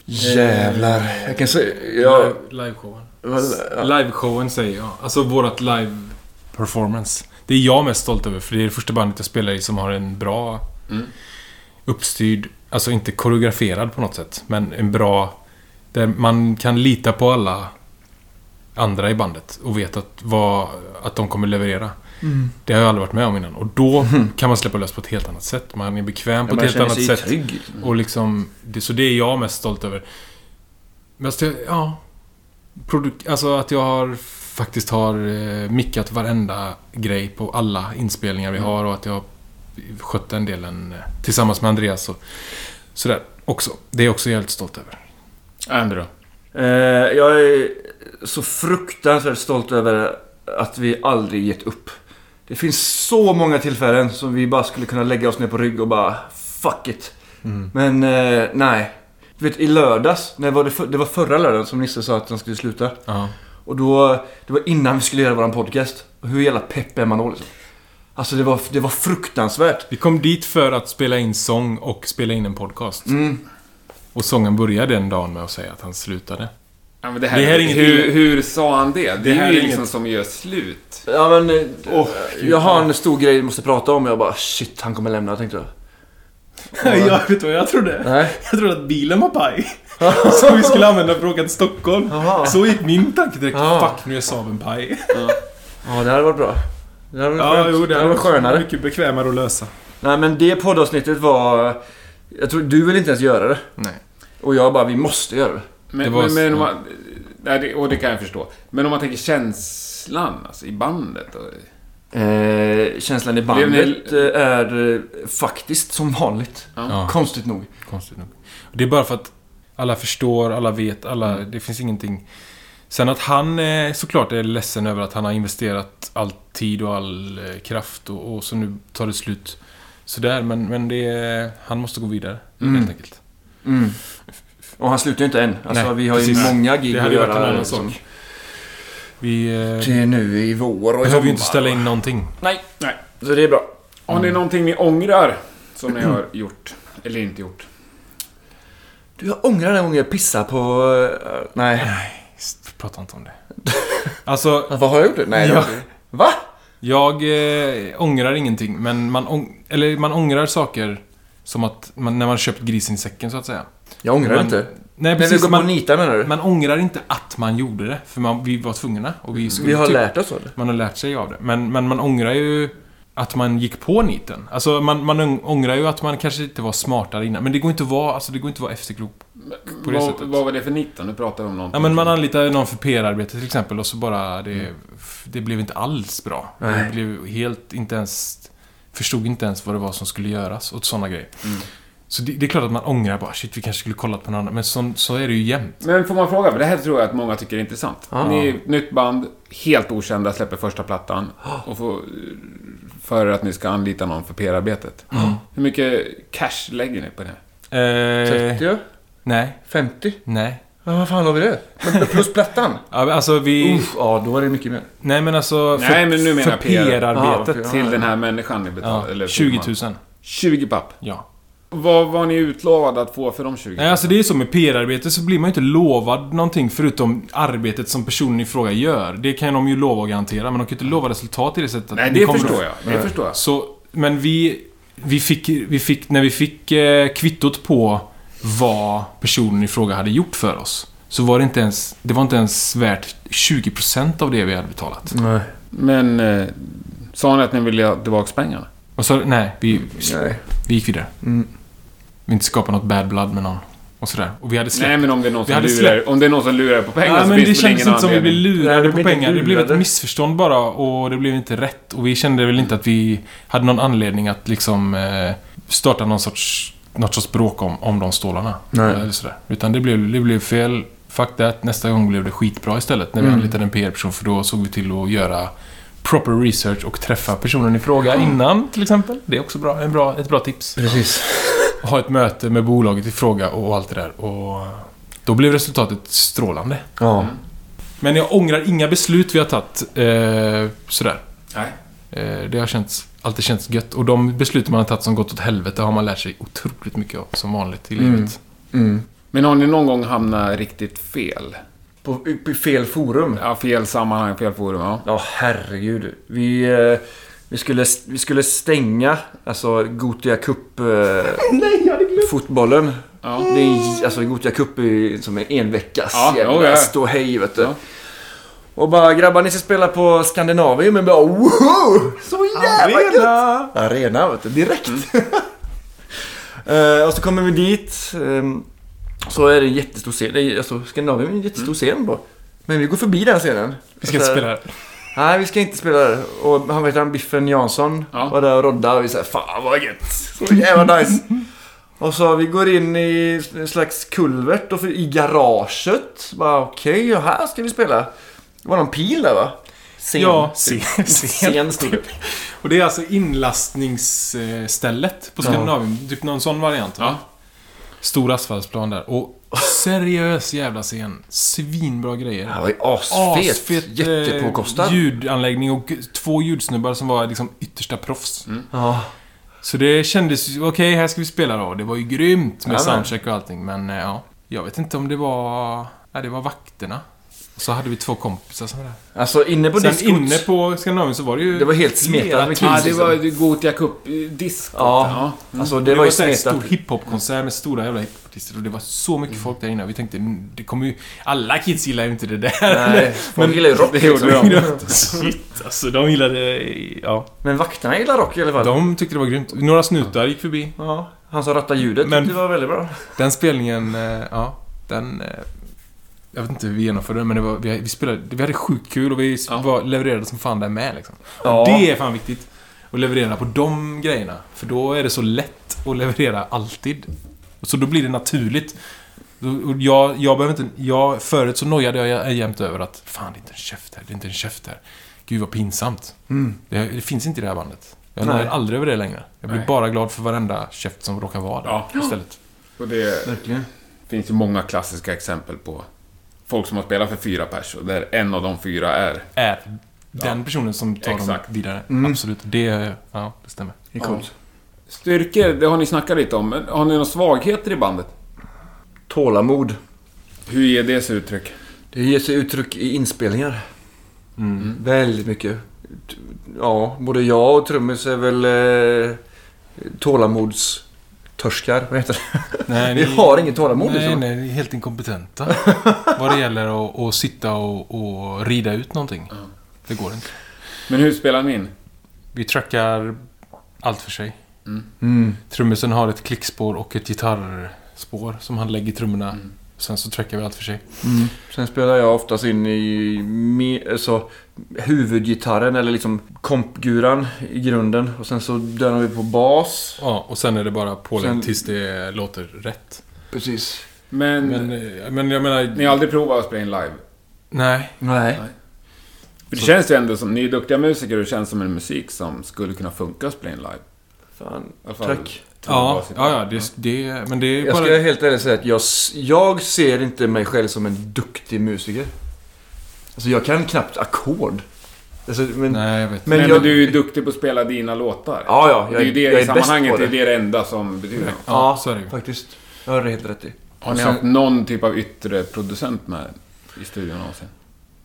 A: Jävlar. Jag kan säga,
B: Ja.
A: jag...
B: Liveshowen.
A: vad-
B: Liveshowen säger jag. Alltså vårat live performance. Det är jag mest stolt över för det är det första bandet jag spelar i som har en bra uppstyrd Alltså inte koreograferad på något sätt, men en bra... Där man kan lita på alla andra i bandet och vet att, vad, att de kommer leverera. Det har jag aldrig varit med om innan. Och då kan man släppa lös på ett helt annat sätt. Man är bekväm på
A: Mm-hmm. man
B: ett helt
A: känner
B: annat
A: sig
B: sätt.
A: trygg. liksom.
B: Och liksom, det, så det är jag mest stolt över. Mest, jag- ja. Produk, alltså att jag har faktiskt har eh, mickat varenda grej på alla inspelningar vi
A: Mm.
B: har och att jag har skött den delen eh, tillsammans med Andreas och sådär också. Det är jag också jävligt stolt över.
D: Andy då?
A: Eh, jag är så fruktansvärt stolt över att vi aldrig gett upp. Det finns så många tillfällen som vi bara skulle kunna lägga oss ner på rygg och bara fuck it. Men eh, nej. Du vet i lördags, när var det, för, det var förra lördagen som Nisse sa att han skulle sluta.
B: Ja.
A: Och då, det var innan vi skulle göra våran podcast. Och hur jävla pepp är man då liksom? Alltså det var, det var fruktansvärt.
B: Vi kom dit för att spela in sång och spela in en podcast.
E: Mm.
B: Och sången började den dagen med att säga att
E: [laughs]
B: han slutade.
D: Ja, men det
B: Det här är inget
D: hur,
B: illa.
D: hur sa han det? Det,
B: här
D: är ju
B: är
D: liksom
B: inget-
D: som gör slut.
A: Ja men, eh,
B: Åh,
A: jag har en stor grej vi måste prata om. Jag bara shit, han kommer lämna tänkte jag.
E: jag vet vad jag trodde?
A: Nej.
E: Jag trodde att bilen var paj. [laughs] Som vi skulle använda för att åka till Stockholm.
A: Jaha.
E: Så gick min tanke direkt.
A: Ja.
E: Fuck, nu är Saaben paj.
A: Ja, det hade varit bra. Det hade varit skönt. det hade varit
E: varit
A: skönare.
E: mycket bekvämare att lösa.
A: Nej, men det poddavsnittet var... Jag tror du vill inte ens göra det.
B: Nej.
A: Och jag bara, vi måste göra det.
D: Men,
B: Det var-
D: men, men om man, nej, det, och det kan jag förstå. Men om man tänker känslan, alltså i bandet. Och,
A: Eh, känslan i bandet
D: Blev
A: eh, är eh, faktiskt som vanligt.
B: Ja.
A: Konstigt nog.
B: Konstigt nog. Det är bara för att alla förstår, alla vet, alla...
A: Mm.
B: Det finns ingenting... Sen att han eh, såklart är ledsen över att han har investerat all tid och all eh, kraft och, och så nu tar det slut sådär. Men, men det är, han måste gå vidare helt enkelt.
A: Mm. Och han slutar ju inte än. Alltså,
B: Nej,
A: vi har ju
B: precis.
A: många gig
B: Det
A: att
B: hade ju varit en
A: göra,
B: annan
A: liksom.
B: sak. Vi eh,
A: Det är nu i vår och i
B: behöver ju inte
A: sommar.
B: ställa in någonting.
D: nej. nej.
A: Så det är bra.
D: Har
B: Mm.
D: ni någonting ni ångrar? Som ni har gjort? Eller inte gjort?
A: Du, jag ångrar den gången jag pissar på... eh, nej.
B: Psst, Prata inte om det. [laughs] Alltså,
A: Vad har jag gjort? det? Nej, det
B: Ja.
A: har jag inte. Va?
B: Jag eh, ångrar ingenting, men man, ång- eller man ångrar saker som att man, när man köpt grisen i säcken, så att säga.
A: Jag ångrar
B: Man-
A: inte.
B: Nej,
A: När vi
B: precis.
A: går på
B: Man,
A: nitar menar du?
B: man ångrar inte att man gjorde det, för man, vi var tvungna. Och vi, skulle
A: Mm. Vi har
B: typ-
A: lärt oss av det.
B: Man har lärt sig av det. Men, men man ångrar ju att man gick på niten. Alltså, man, man ång- ångrar ju att man kanske inte var smartare innan. Men det går inte att vara, alltså, det går inte att vara efterklok på det
D: Vad,
B: sättet.
D: vad var det för 19? Nu pratar vi om någonting.
B: Ja, men man anlitar någon för PR-arbete till exempel och så bara det, f- det blev inte alls bra.
A: Mm. Nej.
B: Det blev helt inte ens... Förstod inte ens vad det var som skulle göras och sådana grejer.
A: Mm.
B: Så det, det är klart att man ångrar bara shit vi kanske skulle kollat på någon annan. Men så, så är det ju jämt.
D: Men får man fråga? För det här tror jag att många tycker är intressant. Ni är ett nytt band, helt okända, släpper första plattan. Och får för er att ni ska anlita någon för PR-arbetet. Hur mycket cash lägger ni på det?
B: Eh,
A: 30?
B: nej,
A: 50?
B: nej.
A: Ja, vad fan har vi det? Men plus plattan?
B: Ja, men Alltså vi...
A: [laughs] Uff, ja, då är det mycket mer.
B: Nej men alltså för,
D: Mm. Nej, men nu menar
B: för
D: jag PR.
B: PR-arbetet.
A: Ja,
D: Till
A: ja.
D: den här människan ni
B: Ja,
D: betalar? eller får
B: 20
D: man?
B: 000.
D: 20 papp.
B: Ja.
D: Vad var ni utlovade att få för de 20?
B: Nej, alltså det är ju så med PR-arbete så blir man ju inte lovad någonting förutom arbetet som personen i fråga gör. Det kan de ju lova och garantera, men de kan ju inte lova resultat i det sättet. att
D: Nej,
B: ni
D: det
B: kommer-
D: förstår jag. Det förstår jag.
B: Så, men vi, vi, fick, vi fick... När vi fick eh, kvittot på vad personen i fråga hade gjort för oss, så var det inte ens... Det var inte ens värt 20% av det vi hade betalat.
A: Nej.
D: Men eh, sa ni att ni ville ha tillbaka pengarna?
B: Och så, nej, vi,
A: Nej.
B: vi gick vidare.
A: Mm.
B: Vi inte skapa något bad blood med någon. Och sådär. Och vi hade släppt
D: Nej, men om det är någon
B: Vi
D: som
B: hade
D: lurar, om det är någon som lurar på pengar
B: Ja,
D: så
C: alltså,
B: men det
D: finns väl
B: kändes
D: ingen
B: inte som vi blev
D: anledning.
A: Nej, vi blev
B: lurade på
A: inte
B: pengar. Det blev
A: lurade.
B: ett missförstånd bara och det blev inte rätt. Och vi kände väl inte att vi hade någon anledning att liksom eh, starta någon sorts, något sorts bråk om, om de stålarna.
A: Nej.
B: Eller sådär. Utan det blev, det blev fel. Fuck that. Nästa gång blev det skitbra istället när vi anlitade en PR-person för då såg vi till att göra proper research och träffa personen i fråga innan till exempel. Det är också bra, en bra, ett bra tips.
A: Precis.
B: Ha ett möte med bolaget i fråga och allt det där. Och då blev resultatet strålande.
A: Ja.
B: Men jag ångrar inga beslut vi har tagit. Eh, sådär.
D: Nej.
B: Eh, det har känts, alltid känts gött. Och de beslut man har tagit som gått åt helvete har man lärt sig otroligt mycket av som vanligt i livet.
A: Mm.
D: Men har ni någon gång hamnat riktigt fel?
A: På, i fel forum.
D: Ja, fel sammanhang, fel forum, ja.
A: Ja, herregud. Vi... eh, Vi skulle, vi skulle stänga alltså Gothia Cup... Eh,
E: [laughs] Nej, jag hade glömt.
A: fotbollen.
D: Ja.
A: Det är, en- alltså Gothia Cup är ju som en enveckas
D: Ja,
A: jävla
D: jo, ja.
A: ståhej vet du.
D: Ja.
A: Och bara grabbar ni ska spela på Skandinavien men bara wow! Så jävla gött! Arena vet du, direkt. [laughs] Eh, och så kommer vi dit. ehm, så är det en jättestor scen. Det är- Alltså Skandinavien är en jättestor scen bara. Men vi går förbi den scenen. Alltså,
B: Vi ska inte
A: Så här,
B: spela här.
A: Nej, vi ska inte spela där. Och han vet han, Biffen Jansson
D: Ja.
A: var där och roddade och vi sa Fan vad gött! Så jävla nice! och så vi går in i en slags kulvert och för, i garaget. Bara okej, och här ska vi spela. Det var någon pil där va? Scen.
B: Ja, [laughs] se, se.
A: Scen
B: [laughs]
A: stod det.
B: Och det är alltså inlastningsstället på Skandinavien. Typ någon sån variant. va?
D: Ja.
B: Stor asfaltsplan där. Och seriös jävla scen. Svinbra grejer.
A: Han var ju asfet.
B: eh,
A: Jättepåkostad.
B: ljudanläggning och g- två ljudsnubbar som var liksom yttersta proffs.
A: Ja.
B: Så det kändes ju, okej här ska vi spela då. Det var ju grymt med
A: Ja, men.
B: soundcheck och allting men eh, ja. Jag vet inte om det var... Nej, det var vakterna. Och så hade vi två kompisar som var där.
A: Alltså inne på
B: Sen
A: diskot.
B: inne på Skandinavien så var det ju...
A: Det var helt smetat med
D: Ja,
A: kids.
D: det
A: liksom.
D: var ju Gothia eh, Cup-disk.
A: Ja.
D: Mm.
A: Alltså det,
B: Det
A: var
B: var,
A: ju
B: så här en
A: smetat.
B: stor hiphopkonsert med stora jävla hiphopartister och det var så mycket folk där inne. Vi tänkte, "Mm, det kommer ju... Alla kids gillar ju inte det där. [laughs]
A: Nej, folk gillar ju rock liksom.
B: Shit, alltså de gillade... Ja.
A: Men vakterna gillar rock i alla fall.
B: De tyckte det var grymt. Några snutar gick förbi.
A: Ja, han som rattade ljudet
B: Men-
A: tyckte det var väldigt bra.
B: Den spelningen, eh, ja, den... eh, Jag vet inte hur vi genomförde den, men det var, vi, vi, spelade, vi hade sjukt kul och vi s- var, levererade som fan där med liksom.
A: Ja.
B: Och det är fan viktigt. Att leverera på de grejerna. För då är det så lätt att leverera alltid. Så då blir det naturligt. Då- och Jag, jag behöver inte... Jag, förut så nojade jag jämt över att fan, det är inte en käft här, det är inte en käft här. Gud vad pinsamt. Det, det finns inte i det här bandet. Jag
A: Nej.
B: nojar aldrig över det längre. Jag blir
D: Nej.
B: bara glad för varenda käft som råkar vara där
D: Ja.
B: istället.
D: Och det
A: Verkligen.
D: finns ju många klassiska exempel på folk som har spelat för fyra pers och där en av de fyra är...
B: är den personen som tar
D: Exakt.
B: dem vidare. Absolut. Det, ja, det stämmer.
A: Det är coolt.
D: Styrkor, det har ni snackat lite om. Men har ni några svagheter i bandet?
A: Tålamod.
D: Hur ger det sig uttryck?
A: Det ger sig uttryck i inspelningar. Mm. Väldigt mycket. T- Ja, både jag och trummis är väl eh, tålamodstorskar. Vad heter det?
B: Nej,
A: Vi har inget tålamod
B: Nej,
A: liksom.
B: nej, ni är helt inkompetenta. [laughs] vad det gäller att, att sitta och, och rida ut någonting. Det går inte.
D: Men hur spelar ni in?
B: Vi trackar allt för sig.
A: Mm.
B: Trummisen har ett klickspår och ett gitarrspår som han lägger trummorna.
A: Mm.
B: Sen så trackar vi allt för sig.
A: Sen spelar jag oftast in i me- alltså, huvudgitarren eller liksom kompguran i grunden. Och sen så dönar vi på bas.
B: Ja, och sen är det bara pålägg
A: Sen-
B: tills det låter rätt.
A: Precis.
D: Men,
A: Mm.
B: Men, eh, men jag menar...
D: ni har aldrig provat att spela in live?
B: Nej.
A: Nej.
D: För det känns ju ändå som... Ni är duktiga musiker och det känns som en musik som skulle kunna funka att spela in live.
A: Fan.
D: I alla fall-
A: Tack.
B: Ja, ja, ja det, det, men det är
A: Jag
B: bara...
A: ska helt ärligt säga att jag, s- jag ser inte mig själv som en duktig musiker. Alltså jag kan knappt ackord. Alltså, men...
B: Nej, jag vet.
A: Men
D: Nej,
A: jag-
D: men du är ju duktig på att spela dina låtar.
A: Ja, ja,
D: Och det
A: jag
D: är ju det
A: är- jag
D: i
A: är bäst på
D: sammanhanget, det är
A: det.
D: det enda som betyder något.
B: Ja, så är det ju.
A: faktiskt. Jag har helt rätt i.
D: Har ni
A: Sen-
D: haft någon typ av yttre producent med i studion någonsin?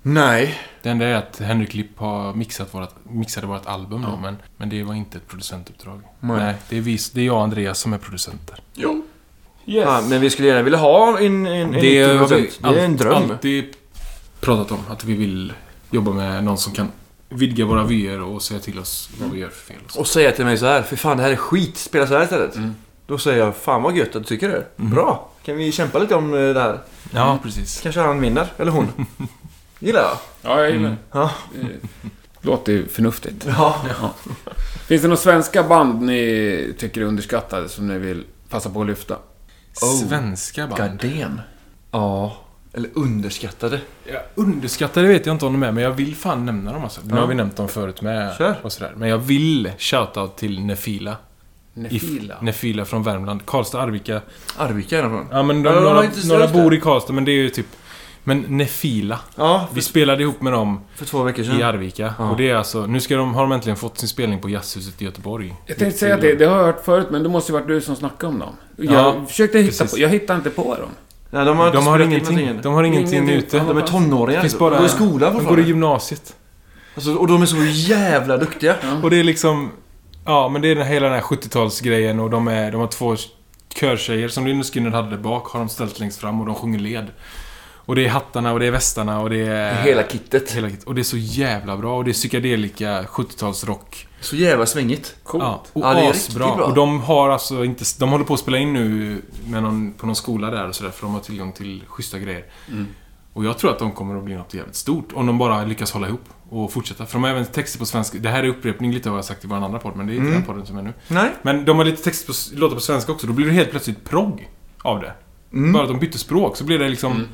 A: Nej.
B: Det enda är att Henrik Lipp har mixat vårat, mixade vårt album då, men, men det var inte ett producentuppdrag.
A: Nej.
B: Nej, det, är vi, det är jag och Andreas som är producenter.
A: Jo. Ja, men vi skulle gärna vilja ha en, en, en
B: har
A: 90%. det är en
B: allt-
A: dröm.
B: alltid pratat om, att vi vill jobba med någon som kan vidga våra vyer och säga till oss vad vi gör för fel. Och så.
A: Och säga till mig så här, för fan det här är skit, spela så här istället.
B: Mm.
A: Då säger jag, fan vad gött att du tycker det. Bra, kan vi kämpa lite om eh, det här?
B: Ja, precis.
A: Kanske han vinner, eller
B: [laughs]
A: hon. Gillar jag.
D: Ja, jag gillar det.
A: Ja.
D: Eh, Låter ju förnuftigt.
A: Ja.
D: Finns det några svenska band ni tycker är underskattade som ni vill passa på att lyfta?
A: Oh.
B: Svenska band.
A: Gardén. Ja. Eller underskattade.
B: Jag underskattar det vet jag inte om de är, men jag vill fan nämna dem alltså. Nu
A: Ja.
B: har vi nämnt dem förut med
A: Kör.
B: och sådär. Men jag vill shoutout till Nefila.
D: Nefila?
B: If- Nefila från Värmland. Karlstad, Arvika.
A: Arvika är den från.
B: Ja, men de,
A: Ja, de var
B: några,
A: inte så
B: några
A: just det.
B: bor i Karlstad, men det är ju typ... Men Nefila.
A: Ja,
B: Vi spelade ihop med dem
A: för två veckor
B: i
A: sedan.
B: Arvika.
A: Ja.
B: Och det är alltså... Nu ska de, har de äntligen fått sin spelning på Jazzhuset i Göteborg.
D: Jag tänkte säga att det, det har jag hört förut, men det måste ju varit du som snackade om dem. Jag
B: Ja,
D: försökte hitta
B: precis.
D: på, jag hittade inte på dem.
A: Nej, de har, inte
B: De har
A: spelat in
B: ingenting.
A: någonting än.
B: De har ingenting
D: Ingenting.
B: ute.
A: De är tonåringar.
B: Det
A: de
B: finns bara...
A: går i skolan
B: De går i
A: fortfarande.
B: gymnasiet.
A: Alltså, och de är så jävla duktiga.
B: Och det är liksom... Ja, men det är den, hela den här 70-talsgrejen och de, är, de har två körtjejer som Linus Skinner hade bak har de ställt längst fram och de sjunger led. Och det är hattarna och det är västarna och det är...
A: Hela kittet.
B: hela kit. Och det är så jävla bra och det är psykedelika 70-talsrock.
A: Så jävla svängigt.
B: Ja, och
A: Ja, det är riktigt
B: asbra.
A: bra.
B: Och de har alltså inte... De håller på att spela in nu med någon, på någon skola där och sådär för de har tillgång till schyssta grejer.
A: Mm.
B: Och jag tror att de kommer att bli något jävligt stort om de bara lyckas hålla ihop och fortsätta. För de har även texter på svenska. Det här är upprepning lite av vad jag sagt i vår andra podd, men det
A: Mm.
B: är inte den podden som är nu.
A: Nej.
B: Men de har lite text på, s- låtar på svenska också. Då blir det helt plötsligt progg av det. Bara att de bytte språk så blir det liksom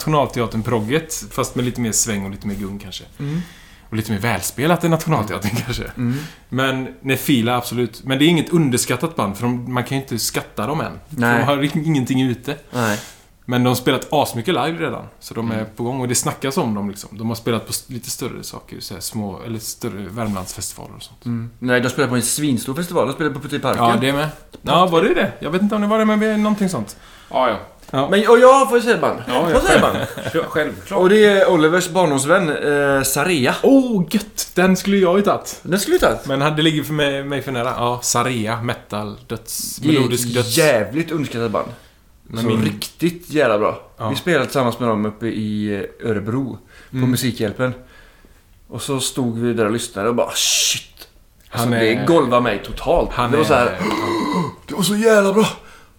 B: Nationalteatern-progget. Fast med lite mer sväng och lite mer gung kanske. Och lite mer välspelat än Nationalteatern kanske. Men nej, Fila absolut. Men det är inget underskattat band för de, man kan ju inte skatta dem än. För
A: Nej.
B: de har ing- ingenting ute.
A: Nej.
B: Men de har spelat asmycket live redan. Så de är på gång och det snackas om dem liksom. De har spelat på s- lite större saker. Så här små, eller större Värmlandsfestivaler och sånt.
A: Nej, de spelar på en svinstor festival. De spelar på Putte i parken.
B: Ja, det med. Ja, var det det? Jag vet inte om det var det, men det är någonting sånt.
C: Ja, ja.
A: Men, och jag får ju säga ett band.
C: Ja,
A: får jag säga ett band.
C: Själv- Självklart.
A: Och det är Olivers barndomsvän, eh, Sarea.
B: Åh, oh, gött! Den skulle jag ju tagit.
A: Den skulle vi tagit.
B: Men han- det ligger för mig, mig för nära. Ja, Saria, metal, döds,
A: Det är
B: melodisk
A: ett
B: döds.
A: jävligt underskattat band.
B: Men
A: så
B: min-
A: riktigt jävla bra.
B: Ja.
A: Vi spelade tillsammans med dem uppe i eh, Örebro på
B: Mm.
A: Musikhjälpen. Och så stod vi där och lyssnade och bara shit. Alltså,
B: Han är-
A: Det golvade mig totalt.
B: Han
A: det var
B: är-
A: så här, Det var så jävla bra.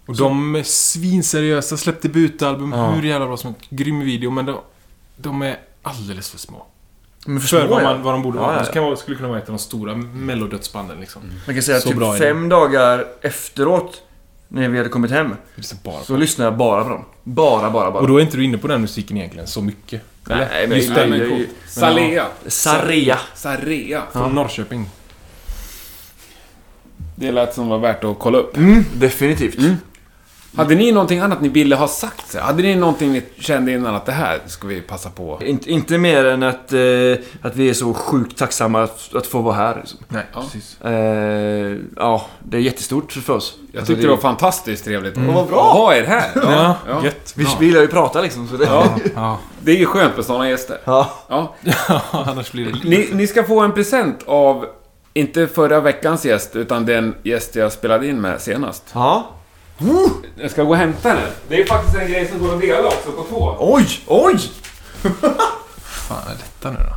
B: Och de är svinseriösa, släppte debutalbum hur jävla bra som helst. Grym video, men de, de är alldeles för små.
A: Men för
B: För
A: små
B: vad,
A: är
B: man,
A: de.
B: vad de borde
A: Ja,
B: vara.
A: ja,
B: De kan vara, skulle kunna vara ett av de stora mellodödsbanden liksom.
A: Man kan säga att
B: Så bra är
A: typ
B: det.
A: fem dagar efteråt, när vi hade kommit hem,
B: Det är så bara.
A: så lyssnade jag bara på dem. Bara, bara, bara.
B: Och då är inte du inne på den musiken egentligen så mycket. Eller?
A: Nej, men,
B: Just
A: nej,
B: det.
A: men,
C: coolt. Salea.
A: Sarea.
C: Sarea.
B: Från Norrköping.
C: Det lät som var värt att kolla upp.
B: Mm.
A: Definitivt.
C: Hade ni någonting annat ni ville ha sagt? så? Hade ni någonting ni kände innan att det här ska vi passa på?
A: Inte, inte mer än att, eh, att vi är så sjukt tacksamma att, att få vara här. Liksom.
B: Nej,
C: Ja.
B: precis.
A: Eh, ja, det är jättestort för oss. Alltså,
C: Jag tyckte det var fantastiskt trevligt mm.
A: vad bra.
C: att ha er här.
B: Ja,
C: ja.
B: gött.
A: Vi vi gillar ju att prata liksom. Så det... ja.
B: Ja,
C: Det är ju skönt med sådana gäster. Ja.
B: [laughs] annars blir det...
C: Ni, ni ska få en present av, inte förra veckans gäst, utan den gäst jag spelade in med senast.
A: ja.
C: Jag ska gå och hämta den. Det är faktiskt en grej som går att dela också på två.
A: Oj, oj!
B: Fan, är detta nu då?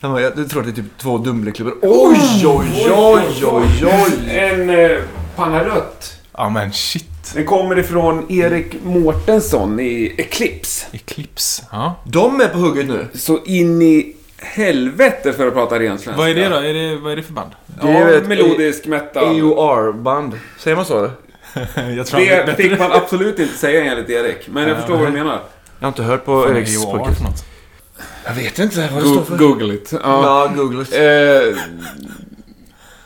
A: Kan man- Jag tror att det är typ två Dumleklubbor. Oj, oj, oj, oj, oj!
C: En eh, panna rött.
B: Ja, men shit.
C: Den kommer ifrån Erik Mårtensson i Eclipse.
B: Eclipse. Ja.
A: De är på hugget nu.
C: Så in i helvete för att prata ren svenska.
B: Vad är det då? Är det, vad är det för band?
C: Ja,
A: Det är väl ett
C: melodisk metal.
A: EOR-band. Säger man så? eller?
B: [laughs] Jag tror han
C: Det
B: vet
C: fick man absolut inte säga enligt Erik, men jag förstår vad du menar.
A: Jag har inte hört på
B: vad
A: Eriks
B: EOR
A: podcast.
B: för något.
A: Jag vet inte vad det står för.
C: Google it. Ja.
A: Ja, googla.
C: Eh,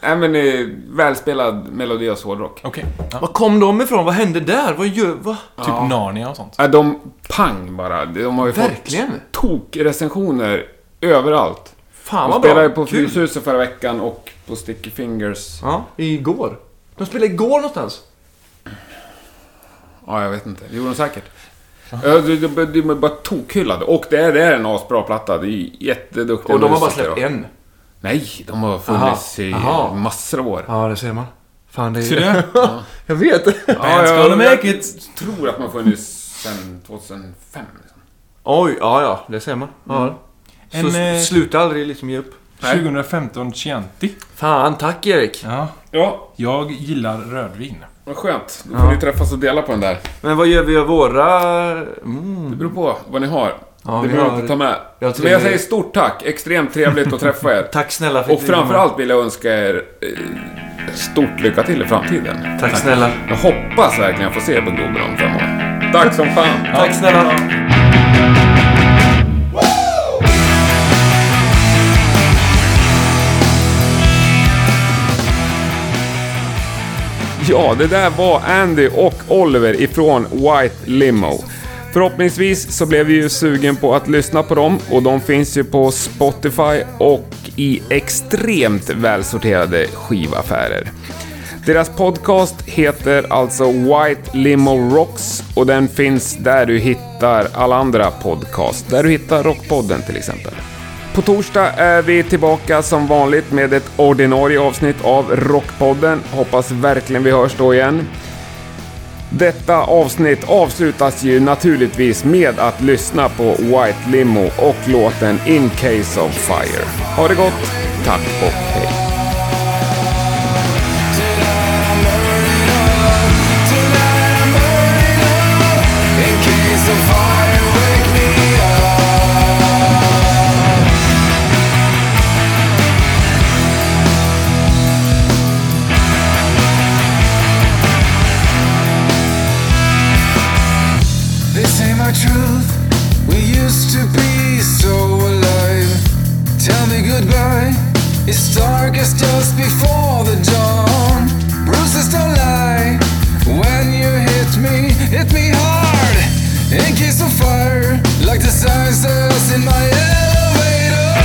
C: Nej men eh, välspelad melodiös hårdrock.
B: Okej. Ja.
A: Var kom de ifrån? Vad hände där? Vad gör... Va?
B: Typ Narnia och sånt.
C: Ja, de pang bara. De har ju
A: Verkligen?
C: fått tokrecensioner överallt.
A: Fan
C: De
A: vad
C: spelade
A: bra.
C: ju på
A: Kul.
C: Fryshuset förra veckan och på Sticky Fingers.
A: Ja, igår. De spelade igår någonstans.
C: Ja, jag vet inte. Det gjorde de säkert. Ja, de, de, de, de är bara tokhyllade. Och det är, det är en asbra platta. Det är jätteduktiga
A: Och de har bara
C: musiker
A: släppt
C: och-
A: en.
C: Nej, de har funnits i
A: Aha.
C: massor av år.
A: Ja, det ser man. Fan, det är...
B: Ser
A: [laughs]
B: du?
A: Jag vet.
B: Bands
C: ja,
B: gonna
C: jag-
B: make
C: jag
B: it.
C: tror att man har funnits sedan 2005. Liksom.
A: Oj, ja, ja. Det ser man. Ja.
B: En,
A: Så
B: eh,
A: sluta aldrig liksom ge upp.
B: 2015 Chianti.
A: Fan, tack Erik.
B: Ja.
C: Ja,
B: Jag gillar rödvin.
C: vad skönt. Då får ni träffas och dela på den där.
A: Men vad gör vi av våra... Mm.
C: Det beror på vad ni har.
A: Ja,
C: det
A: vi
C: behöver
A: har-
C: inte ta med.
A: Jag tror
C: Men jag
A: vi-
C: säger stort tack. Extremt trevligt att träffa er.
A: [laughs] Tack snälla för
C: Och
A: att ni kom.
C: framförallt vill jag önska er eh, stort lycka till i framtiden.
A: Tack snälla.
C: Jag hoppas verkligen jag får se er på Globen om fem år. Tack som fan!
A: Tack snälla.
C: Ja, det där var Andy och Oliver ifrån White Limo. Förhoppningsvis så blev vi ju sugen på att lyssna på dem och de finns ju på Spotify och i extremt välsorterade skivaffärer. Deras podcast heter alltså White Limo Rocks och den finns där du hittar alla andra podcast. Där du hittar Rockpodden till exempel. På torsdag är vi tillbaka som vanligt med ett ordinarie avsnitt av Rockpodden. Hoppas verkligen vi hörs då igen. Detta avsnitt avslutas ju naturligtvis med att lyssna på White Limo och låten In Case of Fire. Ha det gott, tack och hej.
F: They say my truth. We used to be so alive. Tell me goodbye. It's dark as just before the dawn. Bruises don't lie. When you hit me, hit me hard. In case of fire, like the signs that's in my elevator.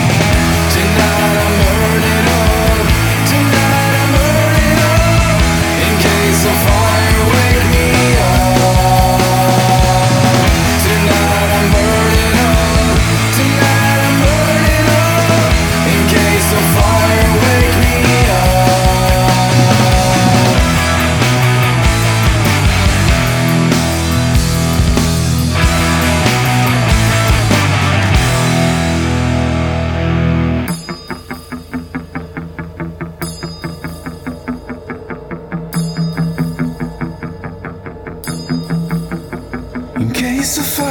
F: Tonight I'm burning up. Tonight I'm burning up. In case of fire, wake me up. Tonight I'm burning up. Tonight I'm burning up. In case of fire, wake me up. In case of fire,